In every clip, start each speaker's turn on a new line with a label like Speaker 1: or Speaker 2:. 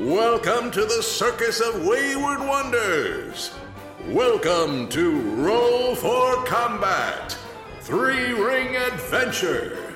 Speaker 1: Welcome to the Circus of Wayward Wonders. Welcome to Roll for Combat Three Ring Adventure.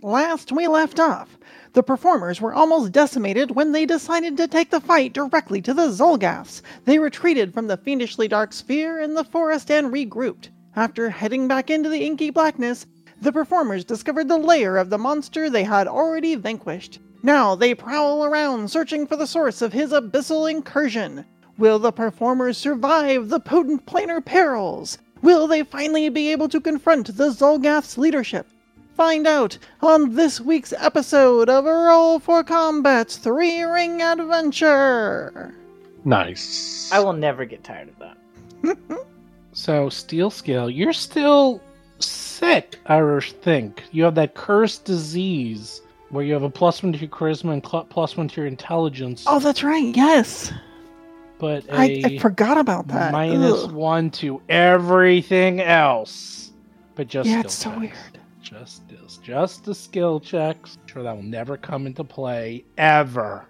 Speaker 2: Last we left off, the performers were almost decimated when they decided to take the fight directly to the Zolgaths. They retreated from the fiendishly dark sphere in the forest and regrouped. After heading back into the inky blackness, the performers discovered the lair of the monster they had already vanquished. Now they prowl around searching for the source of his abyssal incursion. Will the performers survive the potent planar perils? Will they finally be able to confront the Zolgath's leadership? Find out on this week's episode of Roll for Combat's Three Ring Adventure.
Speaker 3: Nice.
Speaker 4: I will never get tired of that.
Speaker 3: So, Steel Scale, you're still sick, I think. You have that cursed disease where you have a plus one to your charisma and cl- plus one to your intelligence,
Speaker 2: Oh, that's right. Yes.
Speaker 3: but a
Speaker 2: I, I forgot about that.
Speaker 3: minus
Speaker 2: Ugh.
Speaker 3: one to everything else. But just
Speaker 2: Yeah,
Speaker 3: skill
Speaker 2: it's so
Speaker 3: checks.
Speaker 2: weird.
Speaker 3: Just this, just the skill checks. Sure, that will never come into play ever.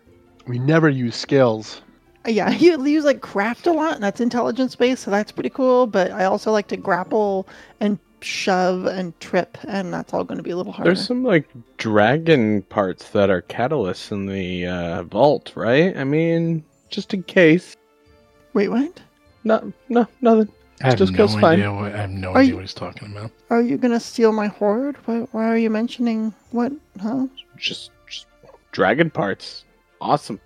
Speaker 5: We never use skills.
Speaker 2: Yeah, you use like craft a lot, and that's intelligence based, so that's pretty cool. But I also like to grapple and shove and trip, and that's all going to be a little harder.
Speaker 6: There's some like dragon parts that are catalysts in the uh, vault, right? I mean, just in case.
Speaker 2: Wait, what?
Speaker 6: No, no, nothing.
Speaker 3: I
Speaker 6: have Just no goes fine. idea
Speaker 3: What, I have no
Speaker 2: Are idea you-
Speaker 3: what he's talking about.
Speaker 2: Are you going to steal my hoard? Why, why are you mentioning what? Huh?
Speaker 6: Just, just dragon parts. Awesome.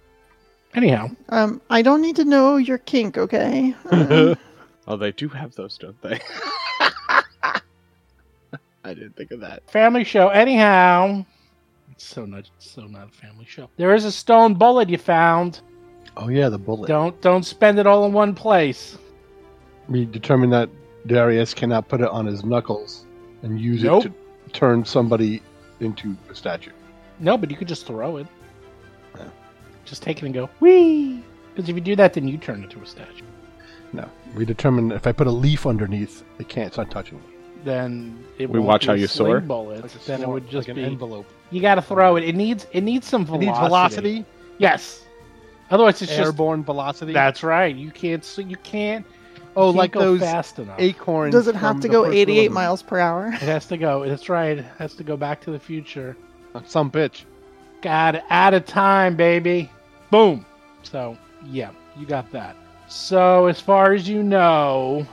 Speaker 3: Anyhow,
Speaker 2: Um, I don't need to know your kink, okay? Um,
Speaker 6: Oh, they do have those, don't they? I didn't think of that.
Speaker 3: family show. Anyhow, it's so not so not a family show. There is a stone bullet you found.
Speaker 5: Oh yeah, the bullet.
Speaker 3: Don't don't spend it all in one place.
Speaker 5: We determined that Darius cannot put it on his knuckles and use
Speaker 3: Nope.
Speaker 5: it to turn somebody into a statue.
Speaker 3: No, but you could just throw it.
Speaker 5: Yeah.
Speaker 3: Just take it and go whee. Because if you do that, then you turn into a statue.
Speaker 5: No, we determined if I put a leaf underneath, it can't. It's not touching me.
Speaker 3: Then it
Speaker 6: We
Speaker 3: won't
Speaker 6: watch
Speaker 3: be
Speaker 6: how
Speaker 3: a
Speaker 6: you
Speaker 3: sling
Speaker 6: soar?
Speaker 3: Bullet.
Speaker 5: Like a
Speaker 3: then it
Speaker 5: sword-
Speaker 3: would just
Speaker 5: like
Speaker 3: be.
Speaker 5: an envelope.
Speaker 3: You got to throw it. It needs it needs some
Speaker 5: It
Speaker 3: velocity.
Speaker 5: needs velocity,
Speaker 3: Yes. Otherwise, it's just
Speaker 5: airborne velocity.
Speaker 3: that's right. You can't. s- You can't.
Speaker 5: Oh,
Speaker 3: you can't
Speaker 5: like
Speaker 3: go
Speaker 5: those
Speaker 3: fast enough.
Speaker 5: acorns.
Speaker 2: does it
Speaker 5: from
Speaker 2: have to
Speaker 5: the
Speaker 2: go
Speaker 5: first
Speaker 2: 88
Speaker 5: Willow-
Speaker 2: miles per hour?
Speaker 3: It has to go. That's right. It has to go back to the future.
Speaker 5: Some bitch.
Speaker 3: God, out of time, baby. Boom. So, yeah, you got that. So, as far as you know,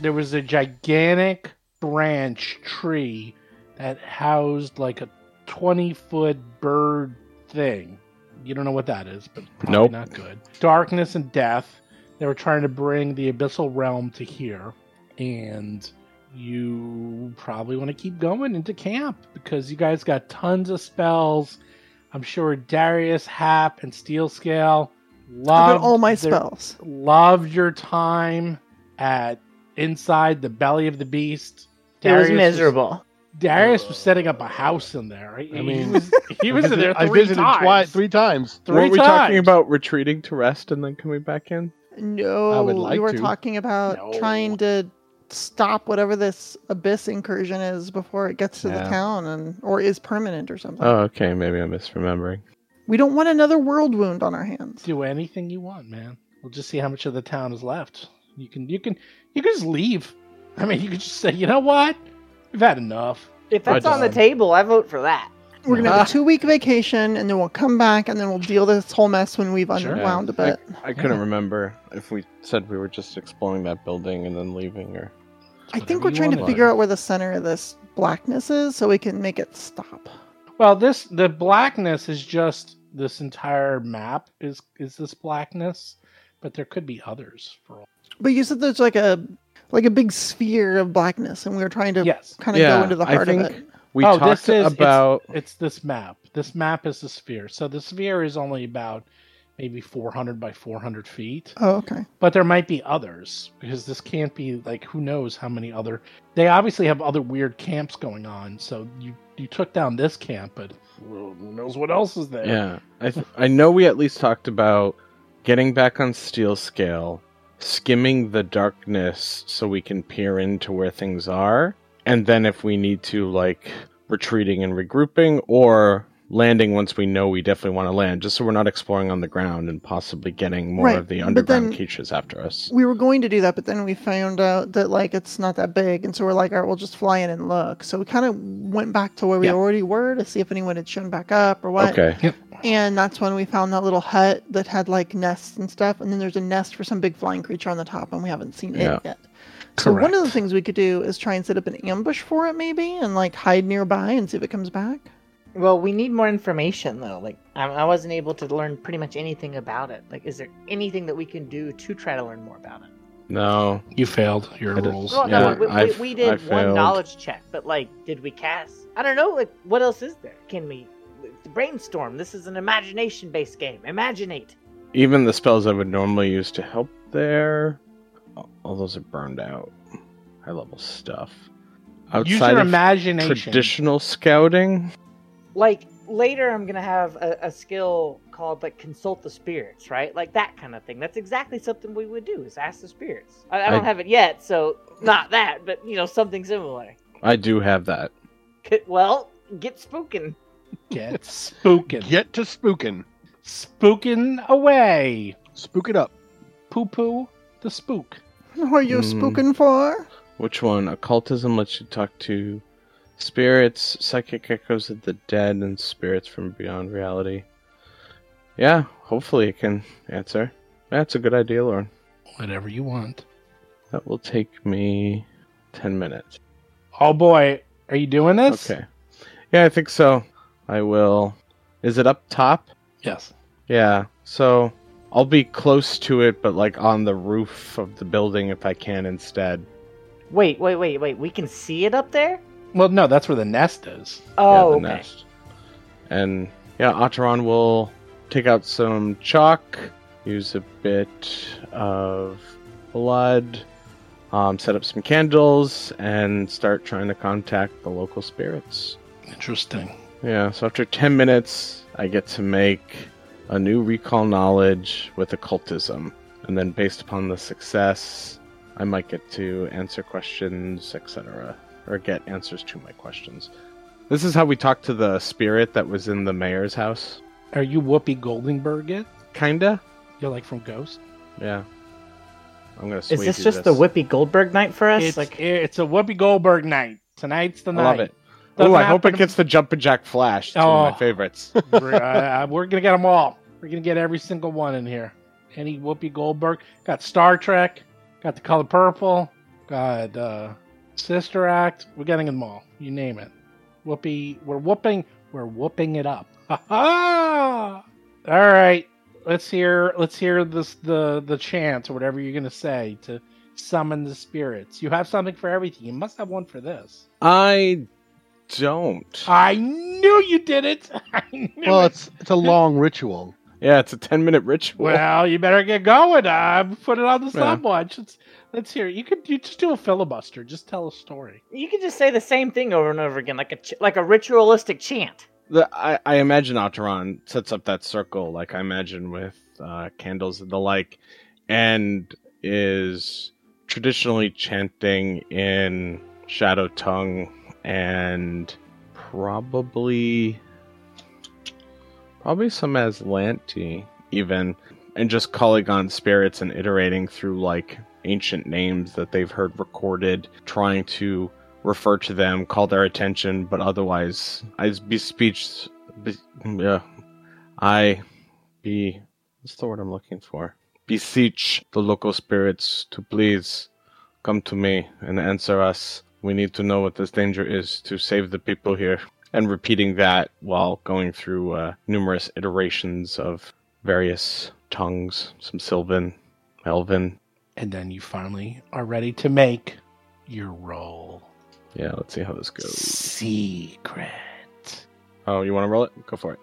Speaker 3: there was a gigantic branch tree that housed like a 20 foot bird thing. You don't know what that is, but probably
Speaker 6: Nope.
Speaker 3: not good. Darkness and death. They were trying to bring the abyssal realm to here. And you probably want to keep going into camp because you guys got tons of spells. I'm sure Darius, Hap, and Steel Scale
Speaker 2: I
Speaker 3: loved
Speaker 2: put all my
Speaker 3: their-
Speaker 2: spells.
Speaker 3: loved your time at inside the belly of the beast.
Speaker 4: It was
Speaker 3: Darius
Speaker 4: miserable.
Speaker 3: Darius was setting up a house in there. Right?
Speaker 5: I mean,
Speaker 3: he was, he was in there three
Speaker 5: I visited
Speaker 3: times.
Speaker 5: twi- three times.
Speaker 3: Three
Speaker 6: Weren't we talking
Speaker 3: times.
Speaker 6: about retreating to rest and then coming back in?
Speaker 2: No,
Speaker 5: I would like
Speaker 2: we were
Speaker 5: to.
Speaker 2: talking about
Speaker 3: No.
Speaker 2: trying to stop whatever this abyss incursion is before it gets to the
Speaker 6: Yeah.
Speaker 2: town and or is permanent or something.
Speaker 6: Oh, okay. Maybe I'm misremembering.
Speaker 2: we don't want another world wound on our hands.
Speaker 3: do anything you want, man. We'll just see how much of the town is left. You can you can you can just leave. I mean, you could just say, you know what, we've had enough.
Speaker 4: If
Speaker 6: I
Speaker 4: that's on the
Speaker 6: just-
Speaker 4: table, I vote for that.
Speaker 2: We're gonna
Speaker 6: Ah.
Speaker 2: have a two week vacation and then we'll come back and then we'll deal this whole mess when we've
Speaker 3: Sure.
Speaker 2: unwound a
Speaker 6: Yeah.
Speaker 2: bit.
Speaker 6: I couldn't remember if we said we were just exploring that building and then leaving or.
Speaker 2: I think
Speaker 3: Whatever
Speaker 2: we're
Speaker 3: you
Speaker 2: trying to
Speaker 3: wanna
Speaker 2: figure out where the center of this blackness is so we can make it stop.
Speaker 3: do. Well, this the blackness is just this entire map is is this blackness, but there could be others for all.
Speaker 2: But you said there's like a like a big sphere of blackness and we were trying to
Speaker 3: Yes,
Speaker 2: kind of go into the heart of it.
Speaker 6: we
Speaker 3: Oh,
Speaker 6: talked
Speaker 3: this is- it's-
Speaker 6: about.
Speaker 3: it's this map. This map is the sphere. So the sphere is only about maybe 400 by 400 feet.
Speaker 2: Oh, okay.
Speaker 3: But there might be others because this can't be like who knows how many other. They obviously have other weird camps going on. So you you took down this camp, but who knows what else is there?
Speaker 6: Yeah, I th- I know we at least talked about getting back on steel scale, skimming the darkness so we can peer into where things are, and then if we need to, like retreating and regrouping, or landing once we know we definitely want to land, just so we're not exploring on the ground and possibly getting more
Speaker 2: Right,
Speaker 6: of the
Speaker 2: but
Speaker 6: underground
Speaker 2: then-
Speaker 6: creatures after us.
Speaker 2: We were going to do that, but then we found out that like it's not that big, and so we're like, all right, we'll just fly in and look. So we kind of went back to where we
Speaker 6: Yeah.
Speaker 2: already were to see if anyone had shown back up or what.
Speaker 6: Okay.
Speaker 2: And that's when we found that little hut that had like nests and stuff. And then there's a nest for some big flying creature on the top, and we haven't seen
Speaker 6: Yeah.
Speaker 2: it yet. So one of the
Speaker 6: Correct.
Speaker 2: things we could do is try and set up an ambush for it, maybe, and like hide nearby and see if it comes back.
Speaker 4: Well, we need more information though. Like I, I wasn't able to learn pretty much anything about it. Like, is there anything that we can do to try to learn more about it?
Speaker 6: No.
Speaker 3: You failed your
Speaker 6: I did-
Speaker 3: rules.
Speaker 4: Well,
Speaker 6: Yeah,
Speaker 4: no, we, we,
Speaker 6: I've-
Speaker 4: we
Speaker 6: I
Speaker 4: did one
Speaker 6: failed.
Speaker 4: knowledge check, but like, did we cast? I don't know. Like, what else is there? Can we brainstorm? This is an imagination-based game. Imaginate.
Speaker 6: Even the spells I would normally use to help there, all those are burned out. High level stuff.
Speaker 3: Use
Speaker 6: Outside
Speaker 3: your
Speaker 6: of
Speaker 3: imagination.
Speaker 6: traditional scouting,
Speaker 4: Like later, I'm gonna have a, a skill called like consult the spirits, right? Like that kind of thing. That's exactly something we would do. Is ask the spirits. I, I don't
Speaker 6: I-
Speaker 4: have it yet, so not that, but you know, something similar.
Speaker 6: I do have that.
Speaker 4: Could, well, get spooking.
Speaker 3: Get spooking.
Speaker 5: Get to spooking.
Speaker 3: Spooking away.
Speaker 5: Spook it up.
Speaker 3: Poo poo the spook.
Speaker 2: Who are you
Speaker 6: Hmm.
Speaker 2: spooking for?
Speaker 6: Which one? Occultism lets you talk to spirits, psychic echoes of the dead, and spirits from beyond reality. Yeah, hopefully it can answer. That's a good idea, Lauren.
Speaker 3: Whatever you want.
Speaker 6: That will take me 10 minutes.
Speaker 3: Oh boy, are you doing this?
Speaker 6: Okay. Yeah, I think so. I will. Is it up top?
Speaker 3: Yes.
Speaker 6: Yeah. So I'll be close to it, but like on the roof of the building if I can instead.
Speaker 4: Wait, wait, wait, wait. We can see it up there.
Speaker 3: Well, no, that's where the nest is.
Speaker 6: yeah,
Speaker 4: Oh,
Speaker 6: the
Speaker 4: okay.
Speaker 6: nest. And yeah, Ataran will take out some chalk, use a bit of blood, um, set up some candles, and start trying to contact the local spirits.
Speaker 3: Interesting.
Speaker 6: Yeah, so after 10 minutes, I get to make a new recall knowledge with occultism. And then based upon the success, I might get to answer questions, etc., or get answers to my questions. This is how we talked to the spirit that was in the mayor's house.
Speaker 3: Are you Whoopi Goldenberg it?
Speaker 6: Kinda?
Speaker 3: You're like from Ghost?
Speaker 6: Yeah. I'm gonna sway
Speaker 4: Is this
Speaker 6: you
Speaker 4: just the Whippy Goldberg night for us?
Speaker 3: It's
Speaker 4: like,
Speaker 3: like it's a Whoopi Goldberg night. Tonight's the
Speaker 6: I
Speaker 3: night.
Speaker 6: love it.
Speaker 3: Doesn't
Speaker 6: Oh, I hope
Speaker 3: happen
Speaker 6: it gets the Jumpin' Jack Flash. It's one of
Speaker 3: Oh.
Speaker 6: my favorites.
Speaker 3: We're, uh, we're gonna get them all. We're gonna get every single one in here. Any Whoopi Goldberg got Star Trek, got the Color Purple, got uh, Sister Act. We're getting them all. You name it. Whoopi, we're whooping. We're whooping it up. Ha ha! All right, let's hear. Let's hear this the the chant or whatever you're gonna say to summon the spirits. You have something for everything. You must have one for this.
Speaker 6: I don't.
Speaker 3: I knew you did it. I knew
Speaker 5: Well,
Speaker 3: it.
Speaker 5: it's it's a long ritual.
Speaker 6: Yeah, it's a 10 minute ritual.
Speaker 3: Well, you better get going. Uh, put it on the
Speaker 6: Yeah.
Speaker 3: stopwatch. Let's, let's hear. it. You could you just do a filibuster. Just tell a story.
Speaker 4: You can just say the same thing over and over again, like a ch- like a ritualistic chant.
Speaker 6: The, I, I imagine Ataran sets up that circle, like I imagine with uh, candles and the like, and is traditionally chanting in Shadow Tongue and probably probably some Aslanti even, and just calling on spirits and iterating through like ancient names that they've heard recorded, trying to refer to them, call their attention, but otherwise, I be speech. Be, yeah, I be. What's the word I'm looking for? Beseech the local spirits to please come to me and answer us. We need to know what this danger is to save the people here. And repeating that while going through uh, numerous iterations of various tongues, some Sylvan, Elven.
Speaker 3: And then you finally are ready to make your roll.
Speaker 6: Yeah, let's see how this goes.
Speaker 3: Secret.
Speaker 6: Oh, you want to roll it? Go for it.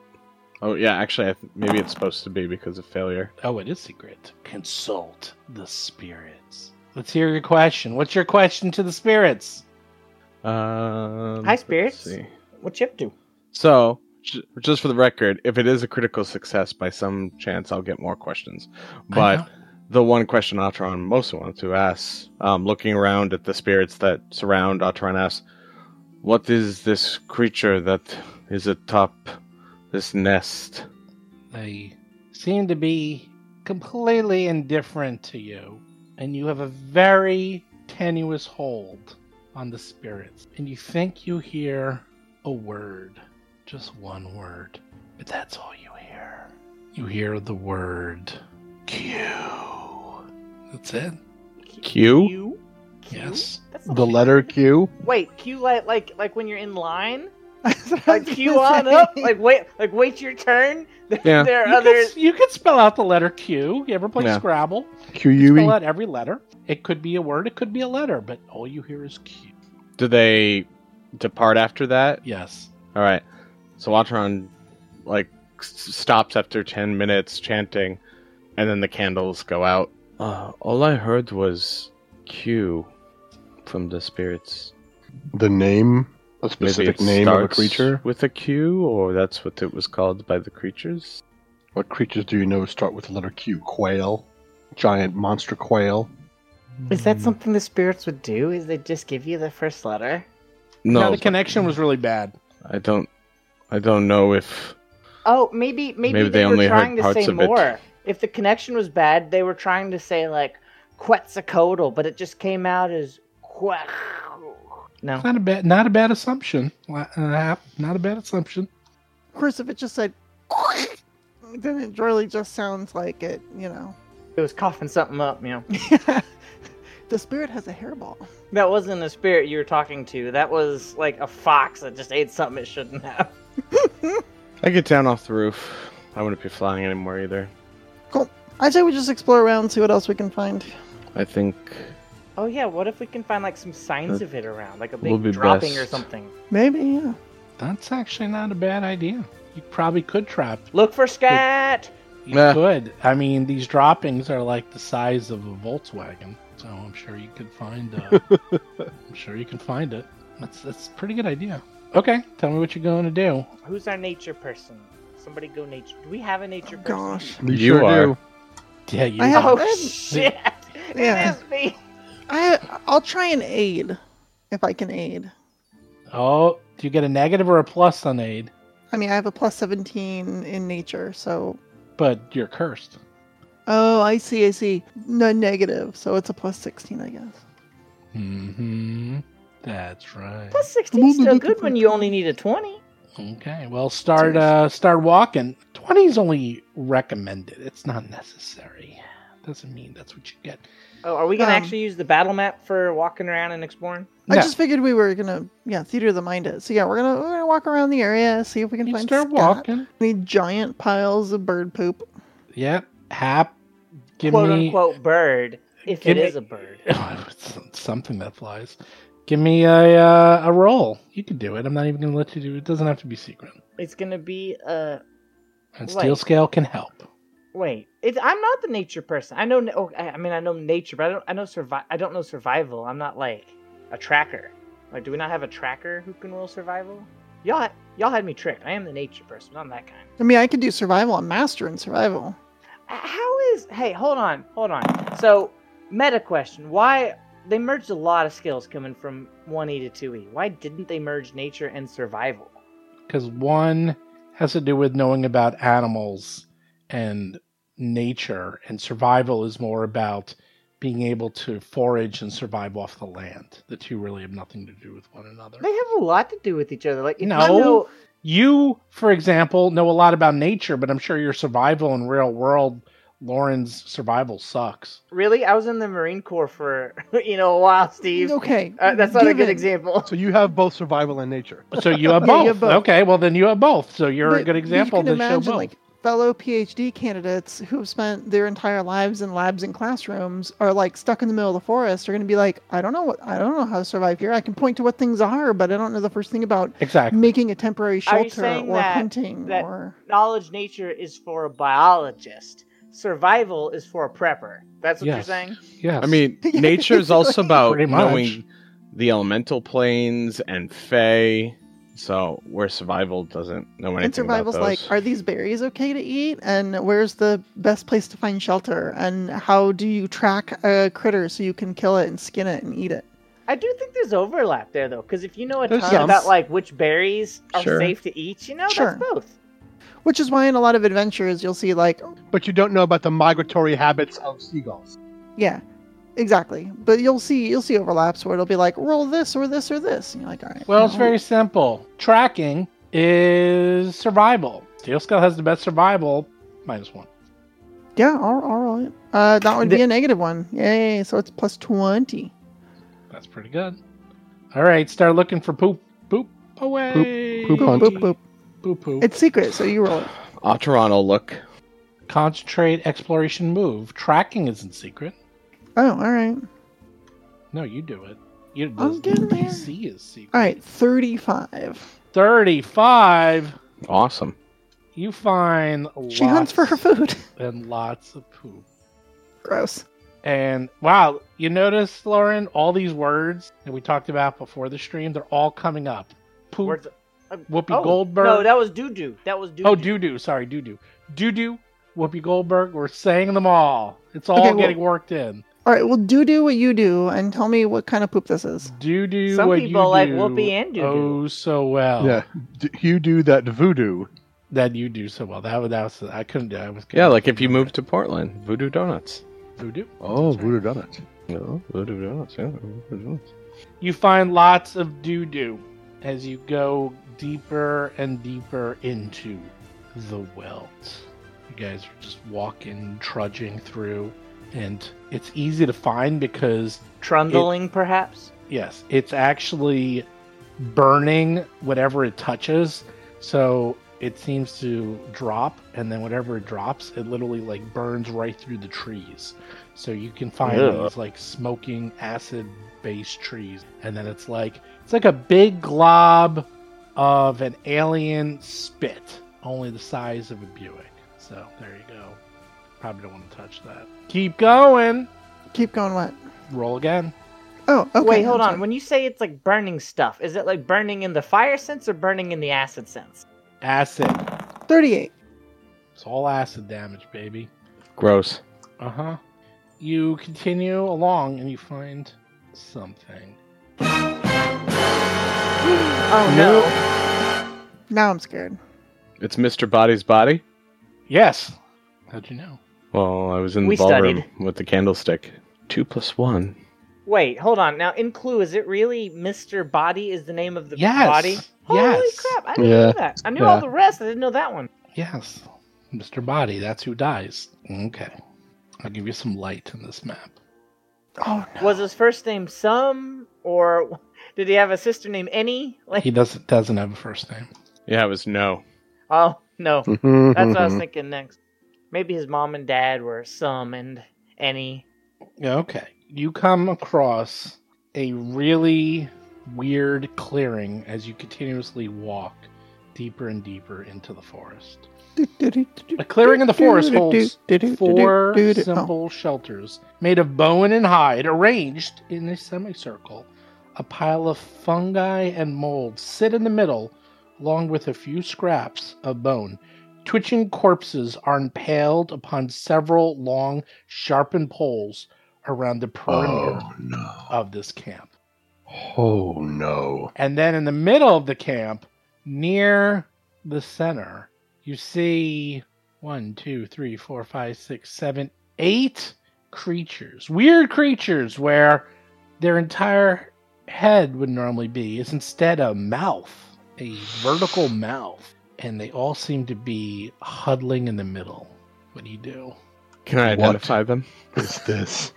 Speaker 6: Oh, yeah, actually, I th- maybe it's supposed to be because of failure.
Speaker 3: Oh, it is secret. Consult the spirits. Let's hear your question. What's your question to the spirits?
Speaker 6: Um,
Speaker 4: Hi,
Speaker 6: let's
Speaker 4: spirits.
Speaker 6: see.
Speaker 4: What you up to?
Speaker 6: So, j- just for the record, if it is a critical success, by some chance, I'll get more questions. But the one question Atron most wanted to ask, um, looking around at the spirits that surround Atron, asks, What is this creature that is atop this nest.
Speaker 3: They seem to be completely indifferent to you, and you have a very tenuous hold on the spirits. And you think you hear a word, just one word, but that's all you hear. You hear the word Q. That's it.
Speaker 6: Q?
Speaker 4: Q? Q?
Speaker 3: Yes.
Speaker 4: That's not
Speaker 5: The letter Q.
Speaker 4: Wait, Q like like like when you're in line,
Speaker 2: That's what I
Speaker 4: like
Speaker 2: was
Speaker 4: queue
Speaker 2: gonna
Speaker 4: on
Speaker 2: say.
Speaker 4: up, like wait, like wait your turn. There,
Speaker 6: Yeah.
Speaker 4: there
Speaker 3: You
Speaker 4: are
Speaker 3: can,
Speaker 4: others.
Speaker 3: s- you can spell out the letter Q. You ever play
Speaker 6: Yeah.
Speaker 3: Scrabble?
Speaker 5: Q
Speaker 3: You
Speaker 5: U
Speaker 3: spell
Speaker 5: E.
Speaker 3: out every letter. It could be a word, it could be a letter, but all you hear is Q.
Speaker 6: Do they depart after that?
Speaker 3: Yes.
Speaker 6: All right. So Watron like s- stops after 10 minutes chanting and then the candles go out. Uh, all I heard was Q from the spirits.
Speaker 5: The name, a specific name of a creature.
Speaker 6: with a Q or that's what it was called by the creatures.
Speaker 5: What creatures do you know start with the letter Q? Quail, giant monster quail.
Speaker 4: Is that something the spirits would do? Is they just give you the first letter?
Speaker 6: No,
Speaker 3: the connection was really bad.
Speaker 6: I don't I don't know if
Speaker 4: Oh, maybe maybe,
Speaker 6: Maybe
Speaker 4: they,
Speaker 6: they only
Speaker 4: were
Speaker 6: heard
Speaker 4: trying to
Speaker 6: parts
Speaker 4: say
Speaker 6: of it.
Speaker 4: more. If the connection was bad, they were trying to say like Quetzalcoatl, but it just came out as Quack. No.
Speaker 3: Not a bad, not a bad assumption. uh, Not a bad assumption.
Speaker 2: Of course, if it just said, then it really just sounds like it, you know.
Speaker 4: It was coughing something up, you know.
Speaker 2: the spirit has a hairball.
Speaker 4: That wasn't a spirit you were talking to. That was like a fox that just ate something it shouldn't have.
Speaker 6: I get down off the roof. I wouldn't be flying anymore either.
Speaker 2: I say we just explore around, see what else we can find.
Speaker 6: I think
Speaker 4: Oh yeah, what if we can find like some signs
Speaker 6: That
Speaker 4: of it around, like a
Speaker 6: will
Speaker 4: big
Speaker 6: be
Speaker 4: dropping or
Speaker 6: best.
Speaker 4: something?
Speaker 2: Maybe, yeah.
Speaker 3: That's actually not a bad idea. You probably could trap.
Speaker 4: Look for scat.
Speaker 3: You
Speaker 6: Yeah.
Speaker 3: could. I mean, these droppings are like the size of a Volkswagen, so I'm sure you could find. Uh, I'm sure you can find it. That's that's a pretty good idea. Okay, tell me what you're going to do.
Speaker 4: Who's our nature person? Somebody go nature. Do we have a nature person?
Speaker 2: Oh, Gosh.
Speaker 5: We
Speaker 6: You are.
Speaker 5: do.
Speaker 3: Yeah, you.
Speaker 2: I have-
Speaker 4: Oh
Speaker 2: Yeah.
Speaker 4: shit!
Speaker 2: Yeah.
Speaker 4: It is me.
Speaker 2: I, I'll try and aid if I can aid.
Speaker 3: oh, do you get a negative or a plus on aid?
Speaker 2: I mean, I have a plus 17 in nature, so.
Speaker 3: But you're cursed.
Speaker 2: Oh, I see, I see. No negative, so it's a plus 16, I guess.
Speaker 3: Mm-hmm. That's right.
Speaker 4: Plus sixteen still good when you only need a twenty.
Speaker 3: Okay, well, start uh, start walking. Twenty is only recommended; it's not necessary. Doesn't mean that's what you get.
Speaker 4: Oh, are we gonna
Speaker 2: Um,
Speaker 4: actually use the battle map for walking around and exploring?
Speaker 2: I
Speaker 3: No.
Speaker 2: just figured we were gonna, yeah, theater of the mind it. So yeah, we're gonna we're gonna walk around the area, see if we can
Speaker 3: You
Speaker 2: find
Speaker 3: start
Speaker 2: Scott.
Speaker 3: walking.
Speaker 2: Any giant piles of bird poop.
Speaker 3: Yep. Hap. Give
Speaker 4: "Quote
Speaker 3: me
Speaker 4: unquote bird." If it
Speaker 3: give
Speaker 4: is
Speaker 3: me-
Speaker 4: a bird.
Speaker 3: It's something that flies. Give me a uh, a roll. You can do it. I'm not even going to let you do it. It doesn't have to be secret.
Speaker 4: It's gonna be uh, a
Speaker 3: And
Speaker 4: Right.
Speaker 3: steel scale can help.
Speaker 4: wait. It's I'm not the nature person. I know. Oh, I I mean, I know nature, but I don't. I know survive. I don't know survival. I'm not like a tracker. Like, do we not have a tracker who can roll survival? Y'all, ha- y'all had me tricked. I am the nature person. I'm that kind.
Speaker 2: I mean, I could do survival. I'm master in survival.
Speaker 4: Uh, How is? Hey, hold on, hold on. So, meta question: Why they merged a lot of skills coming from one E to two E? Why didn't they merge nature and survival?
Speaker 3: Because one has to do with knowing about animals and nature, and survival is more about being able to forage and survive off the land. The two really have nothing to do with one another.
Speaker 4: They have a lot to do with each other. Like, if I
Speaker 3: No.
Speaker 4: know,
Speaker 3: You, for example, know a lot about nature, but I'm sure your survival in real world, Lauren's survival sucks.
Speaker 4: really, I was in the Marine Corps for you know a while, Steve.
Speaker 2: Okay,
Speaker 4: Uh, that's not a good
Speaker 2: given-
Speaker 4: example.
Speaker 5: So you have both survival and nature.
Speaker 3: So you have,
Speaker 2: Yeah,
Speaker 3: both.
Speaker 2: you have both.
Speaker 3: Okay, well then you have both. So you're
Speaker 2: but
Speaker 3: a good example
Speaker 2: You
Speaker 3: to
Speaker 2: can
Speaker 3: show
Speaker 2: imagine,
Speaker 3: both.
Speaker 2: like fellow PhD candidates who have spent their entire lives in labs and classrooms are like stuck in the middle of the forest. Are going to be like, I don't know what, I don't know how to survive here. I can point to what things are, but I don't know the first thing about
Speaker 3: exactly.
Speaker 2: making a temporary
Speaker 4: Are
Speaker 2: shelter
Speaker 4: you saying
Speaker 2: or
Speaker 4: that-
Speaker 2: hunting
Speaker 4: that-
Speaker 2: or.
Speaker 4: Knowledge nature is for a biologist. Survival is for a prepper. That's what you're
Speaker 3: Yes.
Speaker 4: saying.
Speaker 3: Yes.
Speaker 6: I mean,
Speaker 2: Yeah,
Speaker 6: nature is also about
Speaker 3: Pretty much.
Speaker 6: knowing the elemental planes and fey. So where survival doesn't know anything
Speaker 2: And survival's
Speaker 6: about
Speaker 2: like,
Speaker 6: those.
Speaker 2: are these berries okay to eat? And where's the best place to find shelter? And how do you track a critter so you can kill it and skin it and eat it?
Speaker 4: I do think there's overlap there though, because if you know a
Speaker 5: There's
Speaker 4: ton
Speaker 5: some.
Speaker 4: about like which berries are
Speaker 6: Sure.
Speaker 4: safe to eat, you know
Speaker 2: Sure.
Speaker 4: that's both.
Speaker 2: which is why in a lot of adventures you'll see like
Speaker 5: But you don't know about the migratory habits of seagulls.
Speaker 2: Yeah, exactly. But you'll see you'll see overlaps where it'll be like roll this or this or this. And you're like, all right.
Speaker 3: Well, it's
Speaker 2: no.
Speaker 3: very simple. Tracking is survival. Steel Skull has the best survival, minus one.
Speaker 2: yeah. All, all right. Uh, that would be
Speaker 4: The-
Speaker 2: a negative one. Yay! So it's plus twenty.
Speaker 3: That's pretty good. All right, start looking for poop. Poop away.
Speaker 5: Poop
Speaker 2: Boop,
Speaker 5: hunt.
Speaker 2: boop, boop.
Speaker 3: Poop poop.
Speaker 2: It's secret, so you roll it.
Speaker 6: Otteron will look.
Speaker 3: Concentrate exploration move. Tracking isn't secret.
Speaker 2: Oh, all right.
Speaker 3: No, you do it. You
Speaker 2: I'm
Speaker 3: the
Speaker 2: getting there.
Speaker 3: DC is secret.
Speaker 2: All right. Thirty-five.
Speaker 3: Thirty-five.
Speaker 6: Awesome.
Speaker 3: You find
Speaker 2: She hunts for her
Speaker 3: lots
Speaker 2: food.
Speaker 3: and lots of poop.
Speaker 2: Gross.
Speaker 3: And wow, you notice, Lauren, all these words that we talked about before the stream, they're all coming up. Poop,
Speaker 4: Words-
Speaker 3: Whoopi
Speaker 4: oh,
Speaker 3: Goldberg.
Speaker 4: No, that was doo doo. That was doo.
Speaker 3: oh, doo doo. Sorry, doo doo. Doo doo, Whoopi Goldberg. We're saying them all. It's all
Speaker 2: Okay, well-
Speaker 3: getting worked in.
Speaker 2: All right. Well, do do what you do, and tell me what kind of poop this is.
Speaker 3: Doo doo.
Speaker 4: Some
Speaker 3: what
Speaker 4: people
Speaker 3: you
Speaker 4: like
Speaker 3: do,
Speaker 4: Whoopi and doo doo.
Speaker 3: Oh, so well.
Speaker 5: Yeah. D- you do that voodoo.
Speaker 3: That you do so well. That, was- that was, I couldn't do it. I was
Speaker 6: Yeah, like if you moved to Portland, Voodoo Donuts.
Speaker 3: Doo doo.
Speaker 5: Oh, voodoo donut.
Speaker 6: No, Voodoo Donuts. Yeah, Voodoo Donuts.
Speaker 3: you find lots of doo doo as you go deeper and deeper into the welt. You guys are just walking, trudging through, and it's easy to find because,
Speaker 4: Trundling, perhaps.
Speaker 3: yes, it's actually burning whatever it touches. So it seems to drop, and then whatever it drops, it literally like burns right through the trees. So you can find
Speaker 4: Ugh.
Speaker 3: these like smoking acid based trees, and then it's like it's like a big glob of an alien spit, only the size of a Buick. So there you go. Probably don't want to touch that. Keep going.
Speaker 2: Keep going. What?
Speaker 3: Roll again.
Speaker 2: Oh, okay.
Speaker 4: Wait, hold
Speaker 2: I'm
Speaker 4: on. When you say it's like burning stuff, is it like burning in the fire sense or burning in the acid sense?
Speaker 3: Acid.
Speaker 2: sorry. Thirty-eight.
Speaker 3: It's all acid damage, baby.
Speaker 6: Gross.
Speaker 3: Uh huh. You continue along and you find something.
Speaker 4: Oh no.
Speaker 2: Now I'm scared.
Speaker 6: It's Mr. Body's body.
Speaker 3: Yes. How'd you know?
Speaker 6: Well, I was in the
Speaker 4: We
Speaker 6: ballroom
Speaker 4: studied.
Speaker 6: with the candlestick. Two plus one.
Speaker 4: Wait, hold on. Now in Clue, is it really Mr. Body is the name of the
Speaker 3: Yes.
Speaker 4: body? Holy
Speaker 3: Yes.
Speaker 4: crap, I didn't
Speaker 5: Yeah.
Speaker 4: know that. I knew
Speaker 5: Yeah.
Speaker 4: all the rest, I didn't know that one.
Speaker 3: Yes. Mr. Body, that's who dies. Okay. I'll give you some light in this map.
Speaker 2: Oh no.
Speaker 4: Was his first name Some or did he have a sister named Any? Like
Speaker 3: He doesn't doesn't have a first name.
Speaker 6: Yeah, it was no.
Speaker 4: oh no.
Speaker 5: That's
Speaker 4: That's what I was thinking next. Maybe his mom and dad were Some and Any.
Speaker 3: Okay. You come across a really weird clearing as you continuously walk deeper and deeper into the forest. A clearing in the forest holds four simple shelters made of bone and hide, arranged in a semicircle. A pile of fungi and mold sit in the middle, along with a few scraps of bone. Twitching corpses are impaled upon several long, sharpened poles around the perimeter
Speaker 5: Oh no.
Speaker 3: of this camp.
Speaker 5: Oh no.
Speaker 3: And then in the middle of the camp, near the center, you see one, two, three, four, five, six, seven, eight creatures. Weird creatures where their entire head would normally be is instead a mouth, a vertical mouth. And they all seem to be huddling in the middle. What do you do?
Speaker 6: Can I
Speaker 5: What?
Speaker 6: identify them?
Speaker 5: What's this?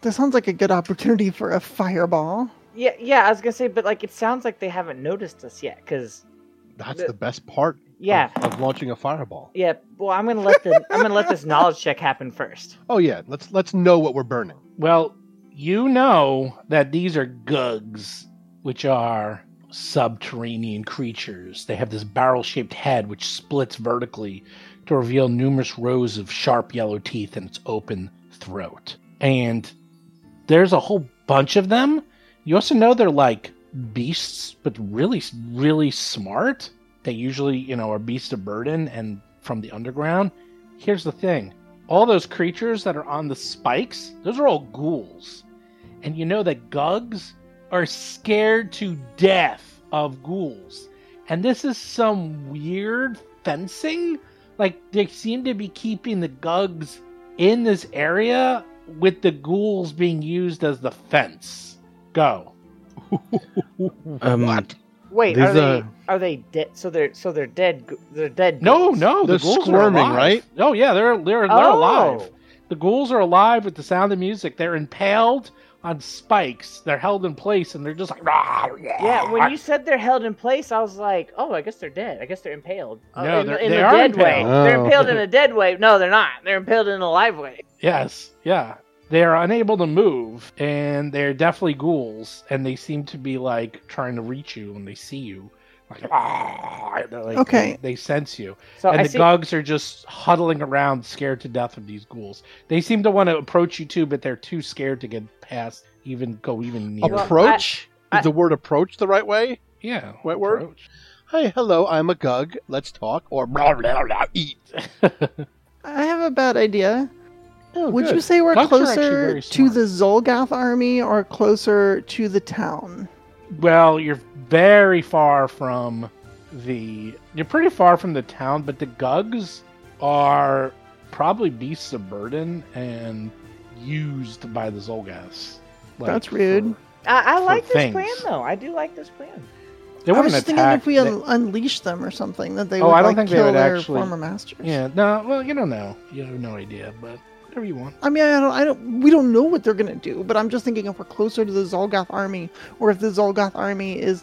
Speaker 2: This sounds like a good opportunity for a fireball.
Speaker 4: Yeah, yeah, I was gonna say, but like it sounds like they haven't noticed us yet, because
Speaker 5: That's the best part. of-
Speaker 4: yeah,
Speaker 5: Of, launching a fireball.
Speaker 4: yeah. Well, I'm gonna let the I'm gonna let this knowledge check happen first.
Speaker 5: Oh yeah. Let's let's know what we're burning.
Speaker 3: Well, you know that these are gugs, which are subterranean creatures. They have this barrel shaped head which splits vertically to reveal numerous rows of sharp yellow teeth in its open throat. And there's a whole bunch of them. You also know they're like beasts, but really, really smart. They usually, you know, are beasts of burden and from the underground. Here's the thing all those creatures that are on the spikes, those are all ghouls. And you know that gugs are scared to death of ghouls. And this is some weird fencing like they seem to be keeping the gugs in this area with the ghouls being used as the fence. Go.
Speaker 6: Um,
Speaker 4: Wait,
Speaker 6: These
Speaker 4: are they
Speaker 6: are-
Speaker 4: are they dead? So they're so they're dead. g- They're dead.
Speaker 3: No,
Speaker 4: ghosts.
Speaker 3: no, the
Speaker 5: They're
Speaker 3: ghouls
Speaker 5: squirming,
Speaker 3: are alive.
Speaker 5: right?
Speaker 3: Oh yeah, they're they're they're
Speaker 4: Oh.
Speaker 3: alive. The ghouls are alive with the sound of music. They're impaled on spikes. They're held in place, and they're just like
Speaker 4: Yeah, when you said they're held in place, I was like, oh, I guess they're dead. I guess they're impaled. Oh,
Speaker 3: No,
Speaker 4: in,
Speaker 3: they're-
Speaker 4: the- in
Speaker 3: they
Speaker 4: the
Speaker 3: are
Speaker 4: dead way.
Speaker 3: impaled.
Speaker 4: They're
Speaker 5: Oh.
Speaker 4: impaled in a dead way. No, they're not. They're impaled in a live way.
Speaker 3: Yes, yeah. They are unable to move, and they're definitely ghouls, and they seem to be like trying to reach you when they see you. Like, "Ah," they're like-
Speaker 2: Okay.
Speaker 3: They, sense you,
Speaker 4: So
Speaker 3: and
Speaker 4: I
Speaker 3: the
Speaker 4: see.
Speaker 3: gugs are just huddling around, scared to death of these ghouls. They seem to want to approach you too, but they're too scared to get past, even go even near.
Speaker 4: Well,
Speaker 5: approach?
Speaker 4: I-
Speaker 5: Is the word approach the right way?
Speaker 3: yeah,
Speaker 5: What word?
Speaker 3: approach.
Speaker 5: Hey, hello, I'm a gug. Let's talk. Or blah, blah, blah, eat.
Speaker 2: I have a bad idea.
Speaker 5: Oh,
Speaker 2: Would
Speaker 5: good.
Speaker 2: you say we're
Speaker 3: Bucks are actually
Speaker 2: closer
Speaker 3: very
Speaker 2: to
Speaker 3: smart.
Speaker 2: the Zolgath army or closer to the town?
Speaker 3: Well, you're very far from the. You're pretty far from the town, but the Gugs are probably beasts of burden and used by the Zolgas.
Speaker 2: That's rude.
Speaker 4: I, I
Speaker 3: for
Speaker 4: like this
Speaker 3: things.
Speaker 4: plan though. I do like this plan.
Speaker 3: They
Speaker 2: I was
Speaker 3: wouldn't
Speaker 2: just thinking
Speaker 3: attack.
Speaker 2: if we
Speaker 3: they-
Speaker 2: un- unleash them or something, that they
Speaker 3: Oh,
Speaker 2: would
Speaker 3: I don't
Speaker 2: like,
Speaker 3: think they
Speaker 2: kill
Speaker 3: would
Speaker 2: their
Speaker 3: actually-
Speaker 2: former masters.
Speaker 3: yeah. No. Well, you don't know. You have no idea, but whatever you want.
Speaker 2: I mean, I don't, I don't, we don't know what they're gonna do, but I'm just thinking if we're closer to the Zolgath army, or if the Zolgath army is,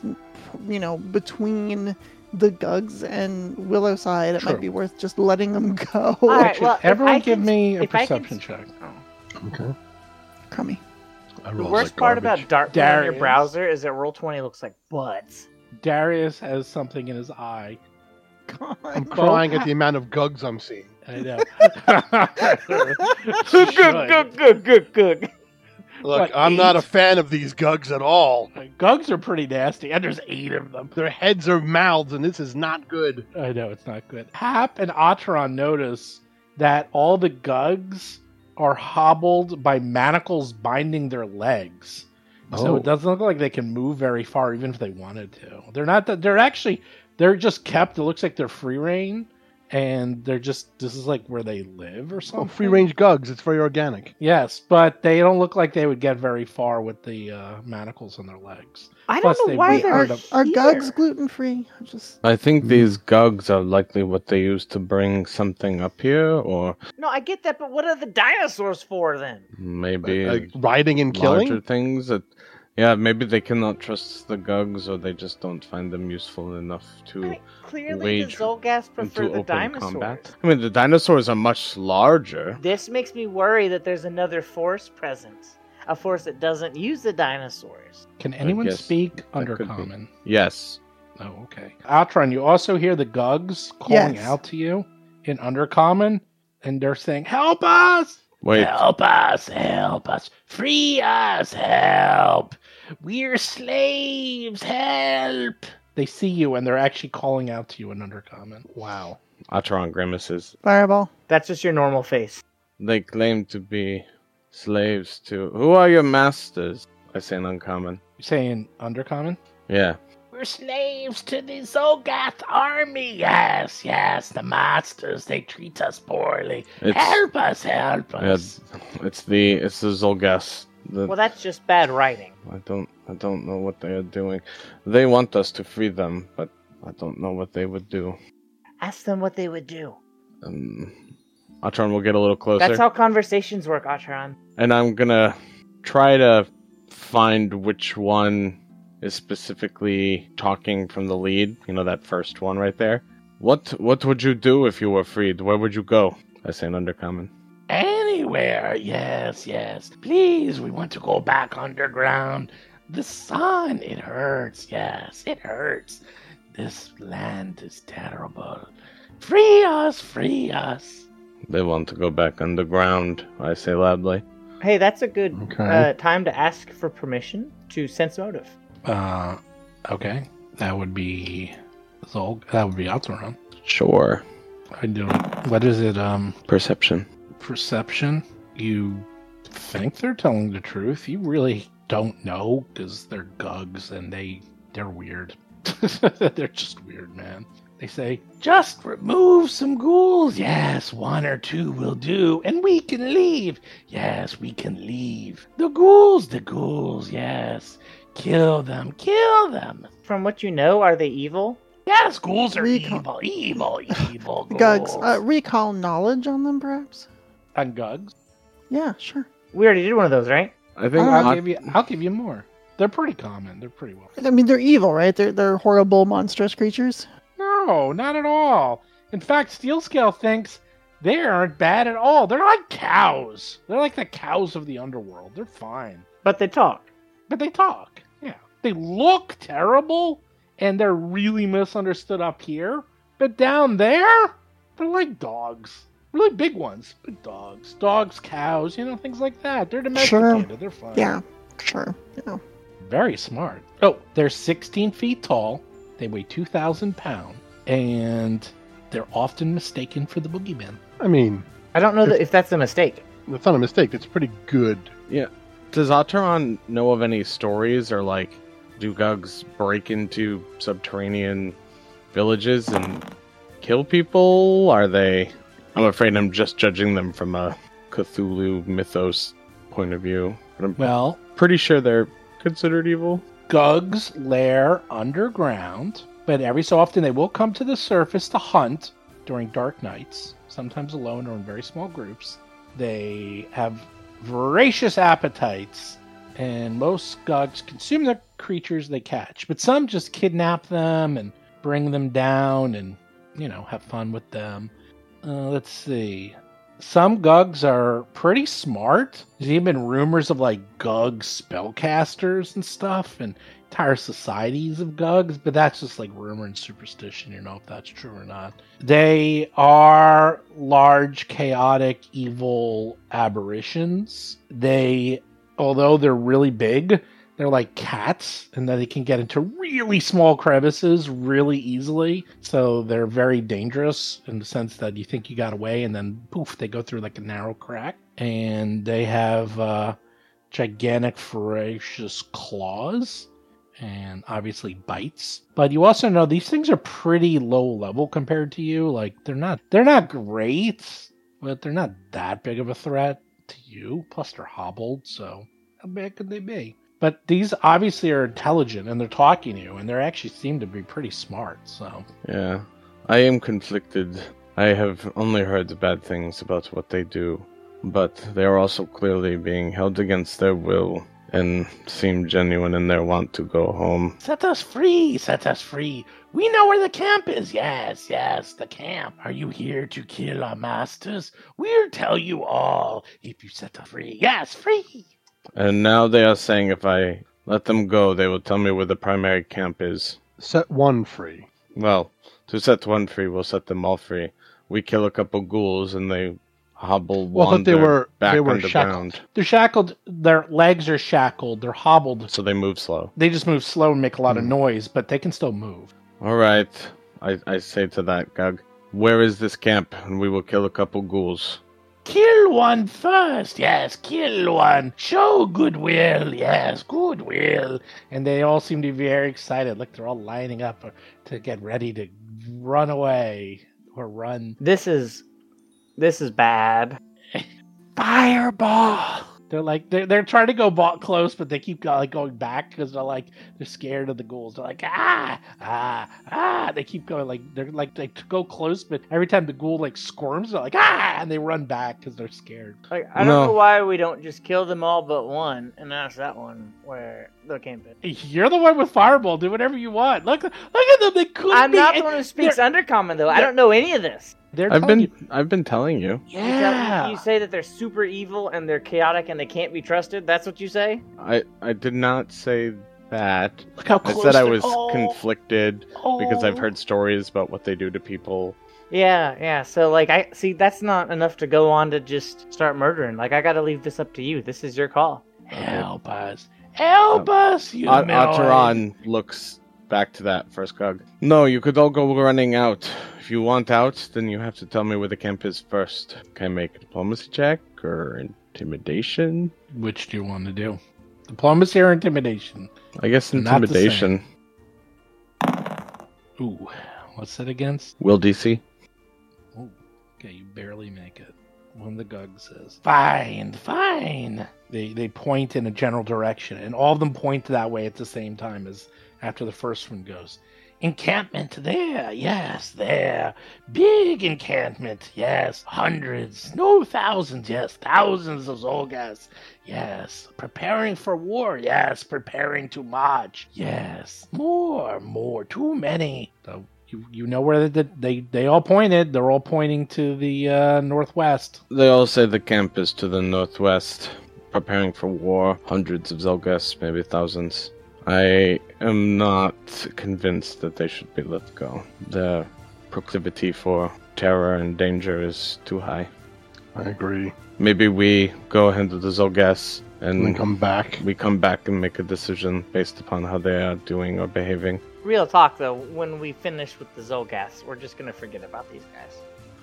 Speaker 2: you know, between the Gugs and Willow side, it might
Speaker 3: True.
Speaker 2: be worth just letting them go.
Speaker 4: All right,
Speaker 3: Actually,
Speaker 4: well, if I
Speaker 3: everyone, give
Speaker 4: can-
Speaker 3: me a
Speaker 4: if I can-
Speaker 3: perception check.
Speaker 5: Oh. Okay.
Speaker 2: Crummy.
Speaker 5: I
Speaker 4: The
Speaker 5: rolled
Speaker 4: worst
Speaker 5: like
Speaker 4: part
Speaker 5: garbage.
Speaker 4: about Dartmoor on your
Speaker 3: Darius.
Speaker 4: browser is that roll twenty looks like butts.
Speaker 3: Darius has something in his eye.
Speaker 5: I'm
Speaker 2: God.
Speaker 5: crying at the amount of gugs I'm seeing.
Speaker 3: I know.
Speaker 4: Good, good, good, good, good.
Speaker 5: Look,
Speaker 3: What,
Speaker 5: I'm not
Speaker 3: eight?
Speaker 5: a fan of these gugs at all.
Speaker 3: Should. Gugs are pretty nasty, and there's eight of them.
Speaker 5: Their heads are mouths, and this is not good.
Speaker 3: I know it's not good. Hap and Atron notice that all the gugs are hobbled by manacles binding their legs. So it doesn't look like they can move very far, even if they wanted to. They're not. That they're actually. They're just kept. It looks like they're free reign, and they're just. This is like where they live or
Speaker 5: Oh,
Speaker 3: something.
Speaker 5: free range gugs. It's very organic.
Speaker 3: Yes, but they don't look like they would get very far with the uh, manacles on their legs.
Speaker 4: I don't
Speaker 3: Plus
Speaker 4: know
Speaker 3: they
Speaker 4: why
Speaker 3: really
Speaker 4: they're
Speaker 3: aren't
Speaker 2: Are,
Speaker 3: Heard
Speaker 2: are
Speaker 4: here.
Speaker 2: Gugs gluten free? Just
Speaker 6: I think these gugs are likely what they use to bring something up here, or
Speaker 4: No, I get that, but what are the dinosaurs for then?
Speaker 6: maybe
Speaker 5: Like, riding and killing.
Speaker 6: larger things that. Yeah, maybe they cannot trust the gugs, or they just don't find them useful enough to
Speaker 4: I mean, clearly the
Speaker 6: wage
Speaker 4: Zolgas
Speaker 6: into
Speaker 4: prefer the
Speaker 6: open
Speaker 4: dinosaurs.
Speaker 6: combat. I mean, the dinosaurs are much larger.
Speaker 4: This makes me worry that there's another force present. A force that doesn't use the dinosaurs.
Speaker 3: Can anyone
Speaker 6: guess
Speaker 3: speak under
Speaker 6: could be.
Speaker 3: common?
Speaker 6: Yes,
Speaker 3: Oh, okay. Outron, you also hear the gugs calling
Speaker 2: Yes.
Speaker 3: out to you in Undercommon, and they're saying, Help us!
Speaker 6: Wait,
Speaker 3: Help us! Help us! Free us! Help! We're slaves! Help! They see you, and they're actually calling out to you in Undercommon. Wow.
Speaker 6: Atron grimaces.
Speaker 2: fireball.
Speaker 4: That's just your normal face.
Speaker 6: They claim to be slaves to. Who are your masters? I say in uncommon.
Speaker 3: You saying Undercommon?
Speaker 6: Yeah.
Speaker 3: We're slaves to the Zogath army. Yes, yes, the masters. They treat us poorly.
Speaker 6: It's,
Speaker 3: us, help
Speaker 6: yeah, it's, it's the it's the Zolgas. The,
Speaker 4: Well, that's just bad writing.
Speaker 6: I don't I don't know what they are doing. They want us to free them, but I don't know what they would do.
Speaker 4: Ask them what they would do.
Speaker 6: Um, Atron will get a little closer,
Speaker 4: That's how conversations work, Atron.
Speaker 6: and I'm gonna try to find which one is specifically talking from the lead. You know that first one right there. What what would you do if you were freed? Where would you go? I say in undercommon.
Speaker 3: Anywhere, yes, yes. Please, we want to go back underground. The sun, it hurts, yes, it hurts. This land is terrible. Free us, free us.
Speaker 6: They want to go back underground. I say loudly.
Speaker 4: Hey, that's a good
Speaker 5: Okay.
Speaker 4: uh, time to ask for permission to sense motive.
Speaker 3: Uh, okay. That would be Zolg. That would be Altaron.
Speaker 6: Sure.
Speaker 3: I do. What is it? Um,
Speaker 6: Perception.
Speaker 3: perception. You think they're telling the truth. You really don't know because they're gugs and they they're weird. they're just weird, man. They say, just remove some ghouls. Yes, one or two will do. And we can leave. Yes, we can leave. The ghouls, the ghouls, yes. Kill them, kill them.
Speaker 4: From what you know, are they evil?
Speaker 3: Yes, ghouls are
Speaker 2: Recon-
Speaker 3: evil, evil, evil. Ghouls.
Speaker 2: Gugs, uh, recall knowledge on them, perhaps?
Speaker 3: On Gugs?
Speaker 2: Yeah, sure.
Speaker 4: We already did one of those, right?
Speaker 6: I think
Speaker 3: I'll,
Speaker 6: Oct-
Speaker 3: give you, I'll give you more. They're pretty common. They're pretty well.
Speaker 2: I mean, they're evil, right? They're they're horrible, monstrous creatures.
Speaker 3: No, not at all. In fact, Steel Scale thinks they aren't bad at all. They're like cows. They're like the cows of the underworld. They're fine.
Speaker 4: But they talk.
Speaker 3: But they talk. Yeah. They look terrible and they're really misunderstood up here. But down there, they're like dogs. Really big ones, but dogs. Dogs, cows, you know, things like that. They're domesticated. They're fine.
Speaker 2: Yeah, sure. Yeah.
Speaker 3: Very smart. Oh, they're 16 feet tall. They weigh 2,000 pounds. And they're often mistaken for the boogeyman.
Speaker 5: I mean,
Speaker 4: I don't know that if that's a mistake.
Speaker 5: that's not a mistake. That's pretty good.
Speaker 6: Does Ataran know of any stories or like do Gugs break into subterranean villages and kill people? Are they I'm afraid I'm just judging them from a Cthulhu mythos point of view. But I'm
Speaker 3: Well,
Speaker 6: pretty sure they're considered evil.
Speaker 3: Gugs lair underground, but every so often they will come to the surface to hunt during dark nights, sometimes alone or in very small groups. They have voracious appetites, and most Gugs consume the creatures they catch, but some just kidnap them and bring them down and, you know, have fun with them. Uh, let's see. Some Gugs are pretty smart. There's even been rumors of like Gug spellcasters and stuff and entire societies of Gugs, but that's just like rumor and superstition. You know if that's true or not. They are large, chaotic, evil aberrations. They, although they're really big, they're like cats and that they can get into really small crevices really easily so they're very dangerous in the sense that you think you got away and then poof they go through like a narrow crack and they have uh, gigantic ferocious claws and obviously bites but you also know these things are pretty low level compared to you like they're not they're not great but they're not that big of a threat to you plus they're hobbled so how bad could they be but these obviously are intelligent and they're talking to you and they are actually seem to be pretty smart. So
Speaker 6: Yeah. I am conflicted. I have only heard bad things about what they do, but they are also clearly being held against their will and seem genuine in their want to go home.
Speaker 3: set us free, set us free. We know where the camp is. Yes, yes, the camp. Are you here to kill our masters? We'll tell you all if you set us free. Yes, free.
Speaker 6: And now they are saying if I let them go, they will tell me where the primary camp is.
Speaker 5: Set one free.
Speaker 6: Well, to set one free, we'll set them all free. We kill a couple ghouls and they hobble
Speaker 5: Well, I thought they
Speaker 6: wander
Speaker 5: were-
Speaker 6: back
Speaker 5: they were
Speaker 6: underground.
Speaker 3: They're shackled. Their legs are shackled. They're hobbled.
Speaker 6: So they move slow.
Speaker 3: They just move slow and make a lot of
Speaker 6: Hmm.
Speaker 3: noise, but they can still move.
Speaker 6: All right, I, I say to that Gug, where is this camp? And we will kill a couple ghouls.
Speaker 3: Kill one first, yes, kill one. Show goodwill, yes, goodwill. And they all seem to be very excited, like they're all lining up to get ready to run away or run.
Speaker 4: This is this is bad.
Speaker 3: Fireball! They're like they're, they're trying to go ball close, but they keep go, like going back because they're like they're scared of the ghouls. They're like ah ah ah. They keep going like they're like they go close, but every time the ghoul like squirms, they're like ah, and they run back because they're scared.
Speaker 4: Like I don't
Speaker 6: No.
Speaker 4: know why we don't just kill them all but one, and that's that one where they're camping.
Speaker 3: You're the one with fireball. Do whatever you want. Look, look at them. They could
Speaker 4: I'm
Speaker 3: be.
Speaker 4: not the one who speaks undercommon though. I don't know any of this.
Speaker 3: They're
Speaker 6: I've
Speaker 3: telling
Speaker 6: been
Speaker 3: you-
Speaker 6: I've been telling you.
Speaker 4: You tell- you-
Speaker 3: yeah.
Speaker 4: You, say that they're super evil and they're chaotic and they can't be trusted. That's what you say.
Speaker 6: I I did not say that.
Speaker 3: Look how
Speaker 6: I
Speaker 3: close.
Speaker 6: said I
Speaker 3: they're-
Speaker 6: was
Speaker 3: oh,
Speaker 6: conflicted because I've
Speaker 3: oh.
Speaker 6: heard stories about what they do to people.
Speaker 4: Yeah, yeah. So like, I see that's not enough to go on to just start murdering. Like, I got to leave this up to you. This is your call.
Speaker 3: Help us!
Speaker 6: Um,
Speaker 3: Help us! You
Speaker 6: At-
Speaker 3: Melon.
Speaker 6: Ataran looks back to that first cog. No, you could all go running out. If you want out, then you have to tell me where the camp is first. Can I make a diplomacy check or intimidation?
Speaker 3: Which do you want to do? Diplomacy or intimidation?
Speaker 6: I guess
Speaker 3: Not the same.
Speaker 6: intimidation.
Speaker 3: Ooh, What's it against?
Speaker 6: Will DC?
Speaker 3: Oh, okay, you barely make it. One of the gugs says, "Fine, fine." They they point in a general direction, and all of them point that way at the same time as after the first one goes. Encampment there, yes, there. Big encampment, yes. Hundreds, no thousands, yes. Thousands of Zolgas, yes. Preparing for war, yes. Preparing to march, yes. More, more, too many. So you, you know where they, they they all pointed. They're all pointing to the uh, northwest.
Speaker 6: They all say the camp is to the northwest, preparing for war. Hundreds of Zolgas, maybe thousands. I am not convinced that they should be let go. The proclivity for terror and danger is too high.
Speaker 5: I agree.
Speaker 6: Maybe we go ahead with the Zolgas
Speaker 5: And then
Speaker 6: and
Speaker 5: come back.
Speaker 6: we come back and make a decision based upon how they are doing or behaving.
Speaker 4: Real talk, though, when we finish with the Zolgas, we're just gonna forget about these guys.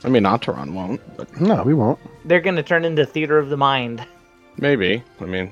Speaker 6: I mean, Ataran won't, but
Speaker 5: No, we won't.
Speaker 4: They're gonna turn into theater of the mind.
Speaker 6: Maybe. I mean,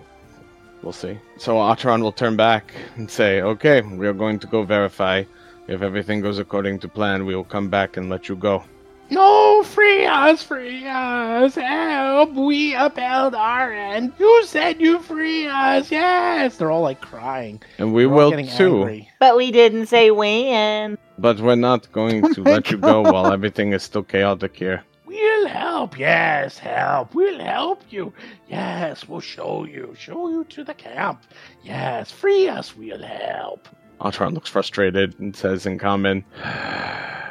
Speaker 6: we'll see. So Ataran will turn back and say, okay, we are going to go verify. If everything goes according to plan, we will come back and let you go.
Speaker 3: No, free us, free us! Help! We upheld our end. You said you free us. Yes. They're all like crying.
Speaker 6: And we
Speaker 3: They're all
Speaker 6: will
Speaker 3: getting
Speaker 6: too.
Speaker 3: angry.
Speaker 4: But we didn't say when.
Speaker 6: But we're not going
Speaker 2: Oh
Speaker 6: to
Speaker 2: my
Speaker 6: let you go
Speaker 2: God.
Speaker 6: while everything is still chaotic here.
Speaker 3: We'll help. Yes, help. We'll help you. Yes, we'll show you. Show you to the camp. Yes, free us. We'll help.
Speaker 6: Ataran looks frustrated and says in common,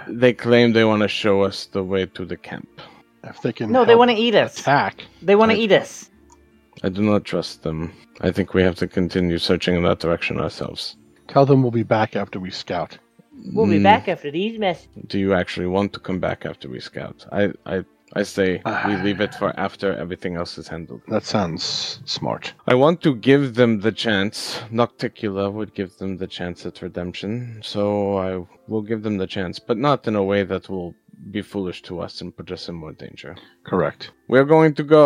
Speaker 6: they claim they want to show us the way to the camp.
Speaker 5: If they can.
Speaker 4: No, they
Speaker 5: help
Speaker 4: want to eat us.
Speaker 5: attack.
Speaker 4: They want to
Speaker 6: Right.
Speaker 4: eat us.
Speaker 6: I do not trust them. I think we have to continue searching in that direction ourselves.
Speaker 5: Tell them we'll be back after we scout.
Speaker 4: We'll be
Speaker 6: Mm.
Speaker 4: back after these messages.
Speaker 6: do you actually want to come back after we scout? I I, I say we leave it for after everything else is handled.
Speaker 5: That sounds smart.
Speaker 6: I want to give them the chance. Nocticula would give them the chance at redemption, so I will give them the chance, but not in a way that will be foolish to us and put us in more danger.
Speaker 5: Correct.
Speaker 6: We're going to go.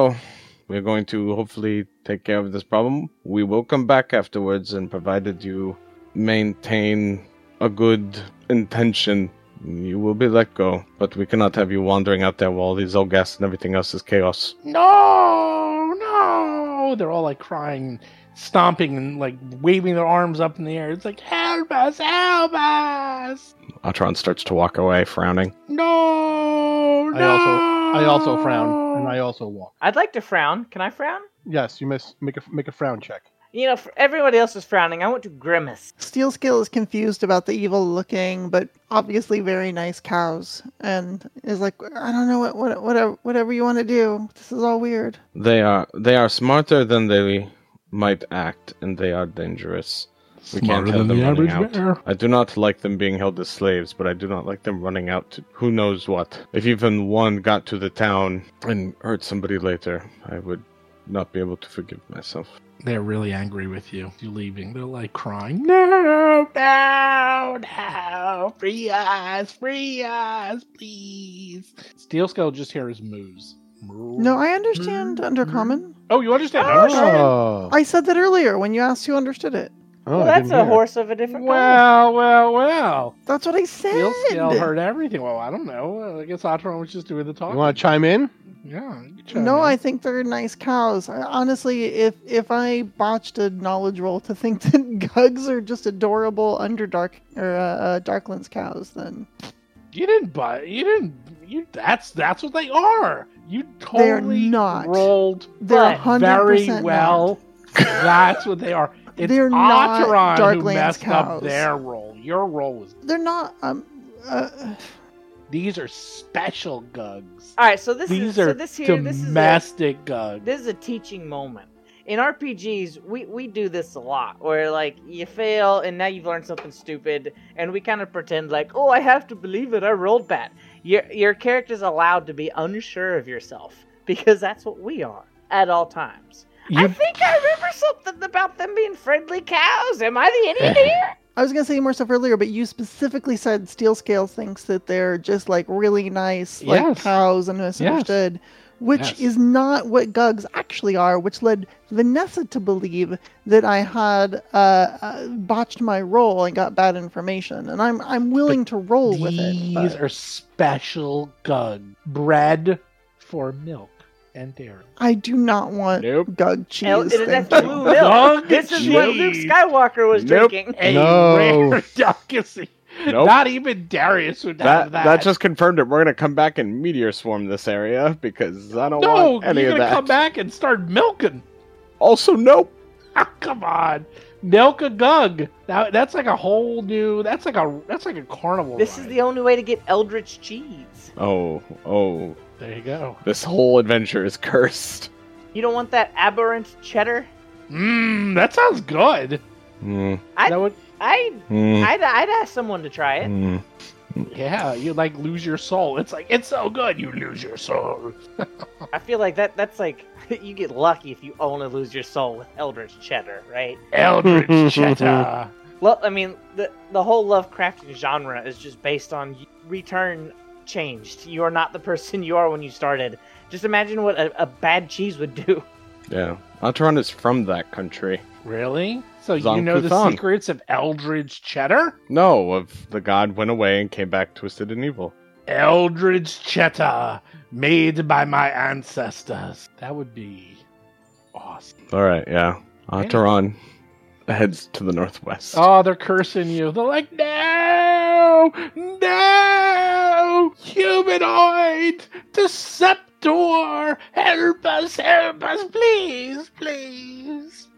Speaker 6: We're going to hopefully take care of this problem. We will come back afterwards, and provided you maintain a good intention, you will be let go. But we cannot have you wandering out there while all these old gas and everything else is chaos.
Speaker 3: No, no. They're all like crying, stomping, and like waving their arms up in the air. It's like, help us, help us.
Speaker 6: Atron starts to walk away, frowning.
Speaker 3: No, no.
Speaker 5: I also- I also frown and I also walk.
Speaker 4: I'd like to frown. Can I frown?
Speaker 5: Yes, you must make a make a frown check.
Speaker 4: You know, for everybody else is frowning. I want to grimace.
Speaker 2: Steel Scale is confused about the evil looking, but obviously very nice cows, and is like, I don't know what, what whatever, whatever you want to do. This is all weird.
Speaker 6: They are they are smarter than they might act, and they are dangerous. We can't have them running out. I do not like them being held as slaves, but I do not like them running out to who knows what. If even one got to the town and hurt somebody later, I would not be able to forgive myself.
Speaker 3: They're really angry with you. You leaving. They're like crying. No, no, no. Free us. Free us, please. Steel Skull just hears moos.
Speaker 2: No, I understand Undercommon.
Speaker 3: Oh, you understand?
Speaker 4: Oh,
Speaker 5: Oh,
Speaker 2: I said that earlier when you asked who understood it.
Speaker 5: Oh,
Speaker 4: well,
Speaker 5: I
Speaker 4: that's
Speaker 5: didn't
Speaker 4: a
Speaker 5: hear.
Speaker 4: horse of a different color.
Speaker 3: Well, well, well.
Speaker 2: That's what I said.
Speaker 3: Steel Skull heard everything. Well, I don't know. I guess Atron was just doing the talking.
Speaker 5: You want to chime in?
Speaker 3: yeah. you try,
Speaker 2: No,
Speaker 3: man.
Speaker 2: I think they're nice cows. I, honestly, if if I botched a knowledge roll to think that Gugs are just adorable Underdark or uh, uh, Darklands cows, then
Speaker 3: You didn't buy. You didn't. You. That's that's what they are. You
Speaker 2: They're
Speaker 3: totally
Speaker 2: not.
Speaker 3: rolled
Speaker 2: they're
Speaker 4: But
Speaker 2: hundred
Speaker 3: very
Speaker 2: percent
Speaker 3: well. that's what they are. It's
Speaker 2: They're not
Speaker 3: Otteron who
Speaker 2: Darklands
Speaker 3: messed up
Speaker 2: cows.
Speaker 3: their role. Your role was.
Speaker 2: They're not. Um, uh,
Speaker 3: These are special gugs.
Speaker 4: All right, so this is
Speaker 3: These
Speaker 4: so
Speaker 3: are
Speaker 4: this here. This is a,
Speaker 3: domestic gugs.
Speaker 4: this is a teaching moment. In RPGs, we, we do this a lot, where like you fail and now you've learned something stupid, and we kind of pretend like, oh, I have to believe it, I rolled bad. Your your character's allowed to be unsure of yourself because that's what we are at all times. I think I remember something about them being friendly cows. Am I the idiot here?
Speaker 2: I was gonna say more stuff earlier, but you specifically said Steel Scale thinks that they're just like really nice, like
Speaker 3: Yes.
Speaker 2: cows and misunderstood. which
Speaker 3: Yes.
Speaker 2: is not what Gugs actually are, which led Vanessa to believe that I had uh, uh, botched my roll and got bad information. And I'm I'm willing to roll with it.
Speaker 3: These
Speaker 2: but
Speaker 3: are special gug bread for milk and dairy.
Speaker 2: I do not want
Speaker 6: Nope.
Speaker 2: Gug cheese.
Speaker 4: El- it- that's
Speaker 2: thank you.
Speaker 4: blue
Speaker 3: Dog
Speaker 4: milk. This is what Luke
Speaker 3: cheese.
Speaker 4: Skywalker was
Speaker 6: Nope.
Speaker 4: drinking.
Speaker 3: A
Speaker 5: No.
Speaker 3: rare delicacy.
Speaker 6: Nope.
Speaker 3: Not even Darius would
Speaker 6: that,
Speaker 3: have that.
Speaker 6: that just confirmed it. We're gonna come back and meteor swarm this area because I don't
Speaker 3: no.
Speaker 6: want any
Speaker 3: You're
Speaker 6: of
Speaker 3: gonna
Speaker 6: that.
Speaker 3: come back and start milking.
Speaker 6: Also, nope.
Speaker 3: Ah, come on, milk a gug. That, that's like a whole new. That's like a that's like a carnival.
Speaker 4: This is
Speaker 3: ride.
Speaker 4: the only way to get Eldritch cheese.
Speaker 6: Oh, oh,
Speaker 3: There you go.
Speaker 6: this whole adventure is cursed.
Speaker 4: You don't want that aberrant cheddar?
Speaker 3: Mmm, that sounds good.
Speaker 6: Mm,
Speaker 4: I-
Speaker 3: that would,
Speaker 4: I,
Speaker 6: mm,
Speaker 4: I'd, I'd ask someone to try it.
Speaker 6: mm.
Speaker 3: yeah, you like lose your soul. It's like it's so good you lose your soul.
Speaker 4: I feel like that that's like you get lucky if you only lose your soul with Eldritch cheddar, right?
Speaker 3: Eldritch cheddar.
Speaker 4: Lo- I mean, the the whole Lovecraftian genre is just based on y- return changed. You are not the person you are when you started. Just imagine what a, a bad cheese would do.
Speaker 6: Yeah, Ataran is from that country.
Speaker 3: Really? So you
Speaker 6: Zong
Speaker 3: know the
Speaker 6: Kuthan.
Speaker 3: secrets of Eldridge cheddar?
Speaker 6: No, of the god went away and came back twisted and evil.
Speaker 3: Eldridge cheddar made by my ancestors. That would be awesome.
Speaker 6: All right, yeah. Ataran heads to the northwest.
Speaker 3: Oh, they're cursing you. They're like, no, no, humanoid, deceptor, help us, help us, please, please.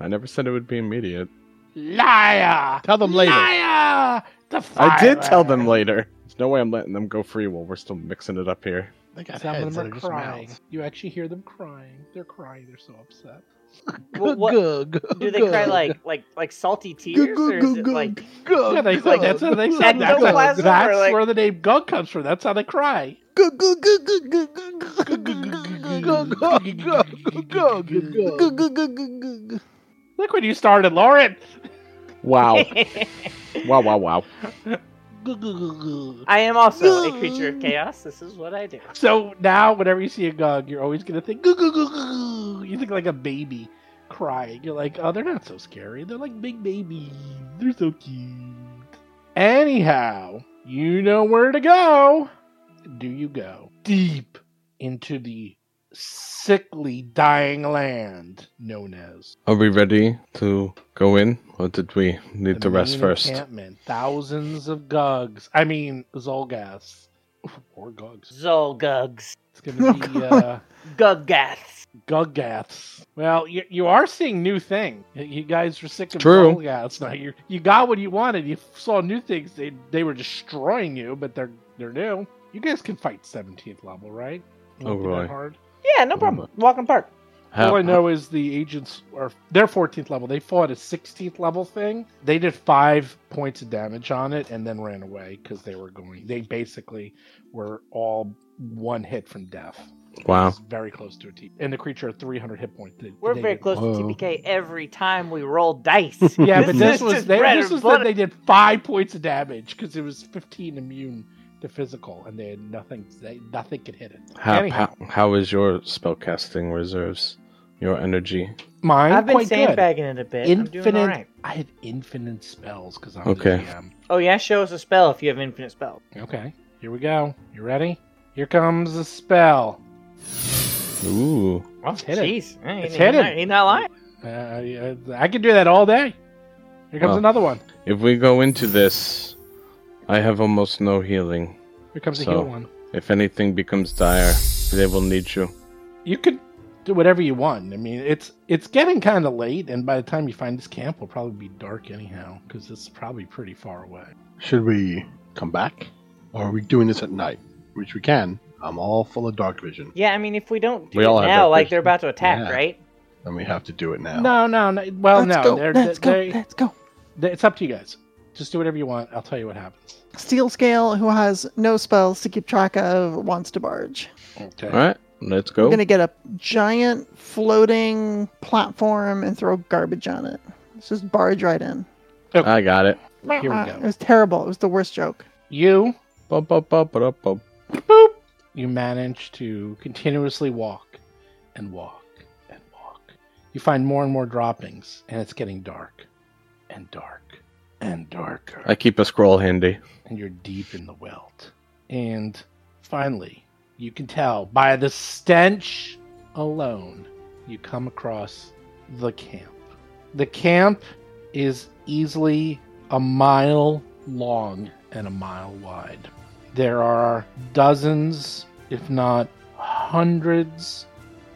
Speaker 6: I never said it would be immediate.
Speaker 3: Liar.
Speaker 5: Tell them later.
Speaker 3: Liar. Defiler.
Speaker 6: I did tell them later. There's no way I'm letting them go free while we're still mixing it up here.
Speaker 5: They got
Speaker 3: Some of
Speaker 5: heads
Speaker 3: them
Speaker 5: that
Speaker 3: are
Speaker 5: just
Speaker 3: crying.
Speaker 5: mouths.
Speaker 3: You actually hear them crying. They're crying. They're so upset.
Speaker 4: Wha- what-
Speaker 5: Gug, gug,
Speaker 4: Do they cry
Speaker 5: gug.
Speaker 4: like like like salty tears,
Speaker 5: Gug,
Speaker 4: or
Speaker 5: gug,
Speaker 4: is
Speaker 5: gug,
Speaker 4: it
Speaker 5: gug,
Speaker 4: like
Speaker 5: gug,
Speaker 3: Yeah, they said that's how they
Speaker 5: gug,
Speaker 3: said that's,
Speaker 5: gug,
Speaker 3: how,
Speaker 4: Ectoplasm or
Speaker 3: that's
Speaker 4: like-
Speaker 3: where the name Gug comes from. That's how they cry.
Speaker 5: gug, gug, gug, gug, gug, gug, gug, gug, gug, gug, gug, gug, gug, gug.
Speaker 3: Look when you started, Lauren.
Speaker 6: Wow. wow, wow, wow.
Speaker 4: I am also a creature of chaos. This is what I do.
Speaker 3: So now, whenever you see a Gug, you're always gonna think Gug, Gug, Gug, Gug. You think like a baby crying. You're like, oh, they're not so scary. They're like big babies. They're so cute. Anyhow, you know where to go. Do you go deep into the sickly dying land known as
Speaker 6: Are we ready to go in, or did we need to
Speaker 3: the
Speaker 6: rest
Speaker 3: main
Speaker 6: first?
Speaker 3: Encampment. Thousands of Gugs. I mean Zolgas. Or Gugs.
Speaker 4: Zolgugs,
Speaker 3: It's gonna be uh,
Speaker 4: Guggaths.
Speaker 3: Guggaths. Well, you, you are seeing new thing. You- You guys were sick of
Speaker 6: True.
Speaker 3: Guggaths. Now you you got what you wanted. You saw new things. They they were destroying you, but they're they're new. You guys can fight 17th level, right? It won't
Speaker 6: Oh,
Speaker 3: be that
Speaker 6: boy.
Speaker 3: hard.
Speaker 4: Yeah, no problem. Walk in park.
Speaker 6: How-
Speaker 3: All I know is the agents are they're 14th level. They fought a 16th level thing. They did five points of damage on it and then ran away because they were going. They basically were all one hit from death. It
Speaker 6: Wow.
Speaker 3: was very close to a T. And the creature had 300 hit points. They-
Speaker 4: We're
Speaker 3: they
Speaker 4: very
Speaker 3: did-
Speaker 4: close
Speaker 5: Whoa.
Speaker 4: to TPK every time we roll dice.
Speaker 3: Yeah, but this
Speaker 4: is
Speaker 3: was
Speaker 4: just
Speaker 3: they,
Speaker 4: bread
Speaker 3: this
Speaker 4: and
Speaker 3: was
Speaker 4: butter.
Speaker 3: that they did five points of damage because it was 15 immune to physical and they had nothing. They, nothing could hit it.
Speaker 6: How,
Speaker 3: Anyhow.
Speaker 6: how, how is your spellcasting reserves? Your energy?
Speaker 3: Mine
Speaker 4: I've been
Speaker 3: quite good.
Speaker 4: sandbagging it a bit. I'm doing all
Speaker 3: Infinite-
Speaker 4: right.
Speaker 3: I have infinite spells because I'm
Speaker 6: Okay.
Speaker 3: The GM.
Speaker 4: Oh yeah, show us a spell if you have infinite spell.
Speaker 3: Okay, here we go. You ready? Here comes the spell.
Speaker 6: Ooh.
Speaker 3: Let's hit it.
Speaker 4: Jeez, eh,
Speaker 3: It's
Speaker 4: he- he
Speaker 3: hidden.
Speaker 4: not- he not lying.
Speaker 3: Uh, yeah, I can do that all day. Here comes
Speaker 6: Well.
Speaker 3: another one.
Speaker 6: If we go into this, I have almost no healing.
Speaker 3: Here comes a
Speaker 6: So.
Speaker 3: heal one.
Speaker 6: If anything becomes dire, they will need you.
Speaker 3: You could do whatever you want. I mean, it's it's getting kind of late, and by the time you find this camp, will probably be dark anyhow because it's probably pretty far away.
Speaker 5: Should we come back? Or are we doing this at night? Which we can. I'm all full of dark vision,
Speaker 4: Yeah, I mean, if we don't do
Speaker 6: We
Speaker 4: it
Speaker 6: all have
Speaker 4: now,
Speaker 6: that
Speaker 4: like
Speaker 6: vision.
Speaker 4: they're about to attack,
Speaker 5: Yeah.
Speaker 4: right?
Speaker 5: and we have to do it now.
Speaker 3: No, no, no. Well,
Speaker 2: let's
Speaker 3: Oh, no.
Speaker 2: go.
Speaker 3: they're,
Speaker 2: let's go.
Speaker 3: they,
Speaker 2: Let's go.
Speaker 3: they- it's up to you guys. Just do whatever you want. I'll tell you what happens.
Speaker 2: Steel Scale, who has no spells to keep track of, wants to barge.
Speaker 3: Okay.
Speaker 6: All right, let's
Speaker 2: I'm
Speaker 6: go.
Speaker 2: gonna get a giant floating platform and throw garbage on it. Let's just barge right in.
Speaker 6: I got it.
Speaker 2: Here
Speaker 3: we go.
Speaker 2: It was terrible. It was the worst joke.
Speaker 3: You
Speaker 6: Ba, ba, ba, ba, da, ba.
Speaker 3: boop. you manage to continuously walk and walk and walk. You find more and more droppings, and it's getting dark and dark and darker.
Speaker 6: I keep a scroll handy.
Speaker 3: and you're deep in the welt. And finally, you can tell by the stench alone, you come across the camp. The camp is easily a mile long and a mile wide. There are dozens, if not hundreds,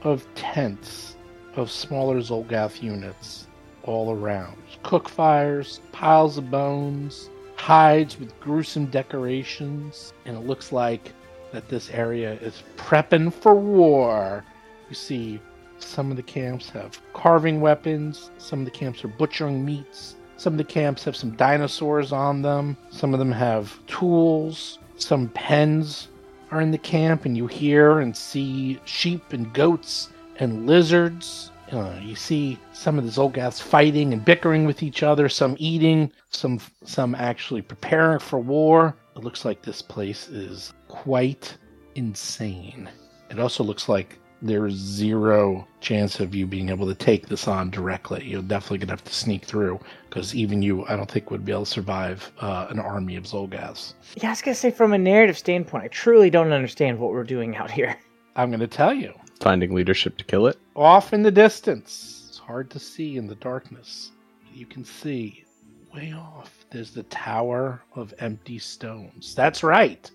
Speaker 3: of tents of smaller Zolgath units all around. Cook fires, piles of bones, hides with gruesome decorations, and it looks like that this area is prepping for war. You see, some of the camps have carving weapons, some of the camps are butchering meats, some of the camps have some dinosaurs on them, some of them have tools, some pens are in the camp, and you hear and see sheep and goats and lizards. Uh, you see some of the Zolgaths fighting and bickering with each other, some eating, some some actually preparing for war. It looks like this place is quite insane. It also looks like there's zero chance of you being able to take this on directly. You're definitely gonna have to sneak through because even you, I don't think, would be able to survive uh, an army of Zolgaths.
Speaker 4: Yeah, I was gonna say from a narrative standpoint, I truly don't understand what we're doing out here.
Speaker 3: I'm gonna tell you.
Speaker 6: Finding leadership to kill it.
Speaker 3: off in the distance. It's hard to see in the darkness. You can see way off. There's the Tower of Empty Stones. That's right.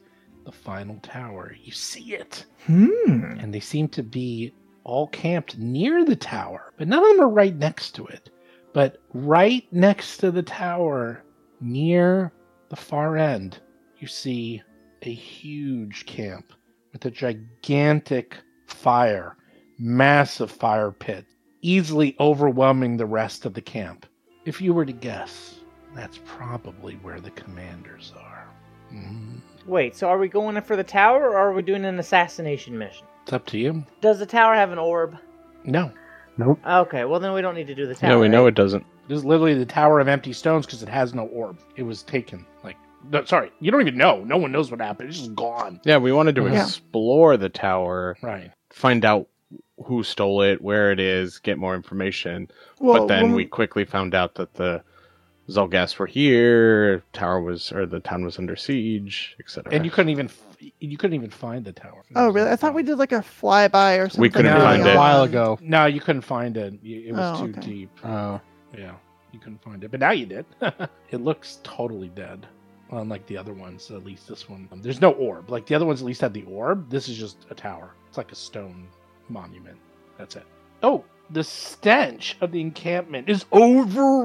Speaker 3: The final tower. You see it.
Speaker 4: Hmm.
Speaker 3: And they seem to be all camped near the tower, but none of them are right next to it. But right next to the tower, near the far end, you see a huge camp with a gigantic fire massive fire pit, easily overwhelming the rest of the camp. If you were to guess, that's probably where the commanders are. Mhm.
Speaker 4: Wait, so are we going in for the tower or are we doing an assassination mission?
Speaker 3: It's up to you.
Speaker 4: Does the tower have an orb?
Speaker 3: No,
Speaker 4: Okay, well then we don't need to do the tower.
Speaker 6: no, we know
Speaker 4: right?
Speaker 6: it doesn't.
Speaker 3: this is literally the Tower of Empty Stones because it has no orb. It was taken. Like, no, sorry, you don't even know. No one knows what happened. It's just gone.
Speaker 6: Yeah, we wanted to
Speaker 3: Yeah.
Speaker 6: explore the tower,
Speaker 3: Right.
Speaker 6: find out who stole it, where it is, get more information.
Speaker 2: Well,
Speaker 6: but then
Speaker 2: when-
Speaker 6: we quickly found out that the Zolgas were here, tower was or the town was under siege, etc.
Speaker 3: And you couldn't even f- you couldn't even find the tower.
Speaker 2: Oh, really? I thought we did like a flyby or something.
Speaker 6: We couldn't
Speaker 2: early
Speaker 6: find
Speaker 2: on.
Speaker 6: it.
Speaker 5: a while ago.
Speaker 3: No, you couldn't find it. You- It was
Speaker 2: Oh,
Speaker 3: too
Speaker 2: okay.
Speaker 3: deep.
Speaker 5: Oh,
Speaker 3: Yeah, you couldn't find it, but now you did. it looks totally dead, unlike the other ones. At least this one, um, there's no orb. Like the other ones, at least had the orb. This is just a tower. It's like a stone monument. That's it. Oh, the stench of the encampment is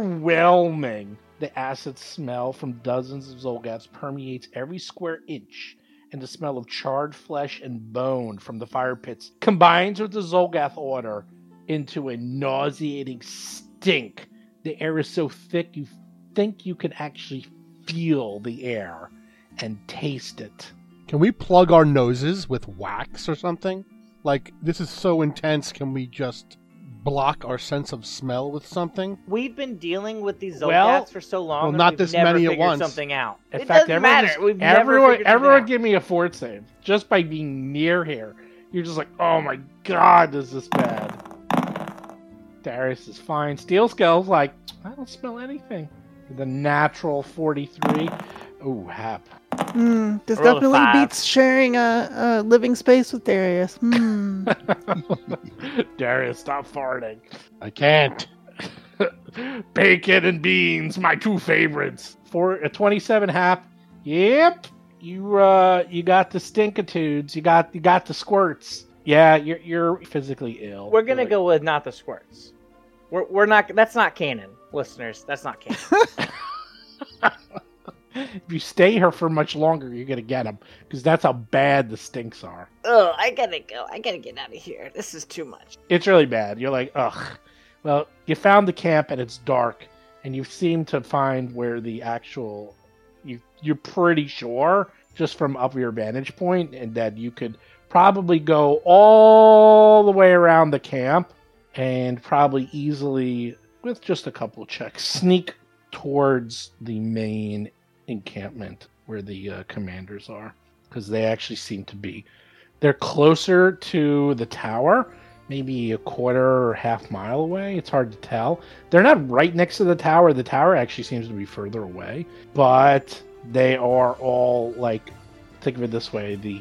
Speaker 3: overwhelming. The acid smell from dozens of Zolgaths permeates every square inch, and the smell of charred flesh and bone from the fire pits combines with the Zolgath odor into a nauseating stink. The air is so thick you think you can actually feel the air and taste it.
Speaker 5: can we plug our noses with wax or something? Like this is so intense. Can we just block our sense of smell with something?
Speaker 4: We've been dealing with these Zolgaths
Speaker 3: Well-
Speaker 4: for so long.
Speaker 5: Well,
Speaker 4: that
Speaker 5: not
Speaker 4: we've
Speaker 5: this
Speaker 4: never
Speaker 5: many at
Speaker 4: figured
Speaker 5: once.
Speaker 4: Something out.
Speaker 3: In
Speaker 4: it
Speaker 3: fact,
Speaker 4: doesn't
Speaker 3: everyone,
Speaker 4: matter.
Speaker 3: just-
Speaker 4: We've never
Speaker 3: everyone,
Speaker 4: figured something
Speaker 3: everyone,
Speaker 4: out.
Speaker 3: give me a fort save just by being near here. You're just like, oh my god, is this bad? Darius is fine. Steel Skull's like, I don't smell anything. The natural 43. Ooh, hap.
Speaker 2: Hmm, this
Speaker 4: Roll a
Speaker 2: definitely
Speaker 4: five.
Speaker 2: beats sharing a, a living space with Darius. Hmm.
Speaker 3: Darius, stop farting.
Speaker 5: I can't.
Speaker 3: Bacon and beans, my two favorites. For a 27 hap. Yep. You uh you got the stinkitudes, you got you got the squirts. Yeah, you're you're physically ill.
Speaker 4: We're gonna
Speaker 3: You're
Speaker 4: go with not the squirts. We're, we're not. That's not canon, listeners. That's not canon.
Speaker 3: like- If you stay here for much longer, you're gonna get them because that's how bad the stinks are.
Speaker 4: oh, I gotta go. I gotta get out of here. This is too much.
Speaker 3: It's really bad. You're like, ugh. Well, you found the camp and it's dark, and you seem to find where the actual. You you're pretty sure just from up your vantage point, and that you could probably go all the way around the camp, and probably easily with just a couple checks sneak towards the main encampment where the uh, commanders are, because they actually seem to be They're closer to the tower, maybe a quarter or half mile away. It's hard to tell. They're not right next to the tower. The tower actually seems to be further away, but they are all like think of it this way, the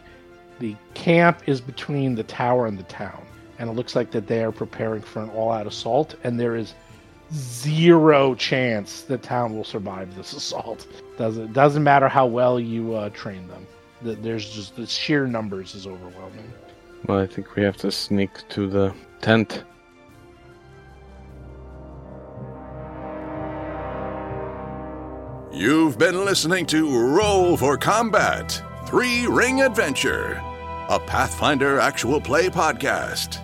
Speaker 3: the camp is between the tower and the town, and it looks like that they are preparing for an all-out assault and there is zero chance the town will survive this assault. Doesn't doesn't matter how well you uh, train them. Th- There's just the sheer numbers is overwhelming.
Speaker 6: Well, I think we have to sneak to the tent.
Speaker 1: You've been listening to Roll for Combat Three Ring Adventure, a Pathfinder actual play podcast.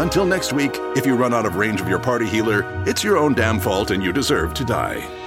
Speaker 1: Until next week, if you run out of range of your party healer, it's your own damn fault and you deserve to die.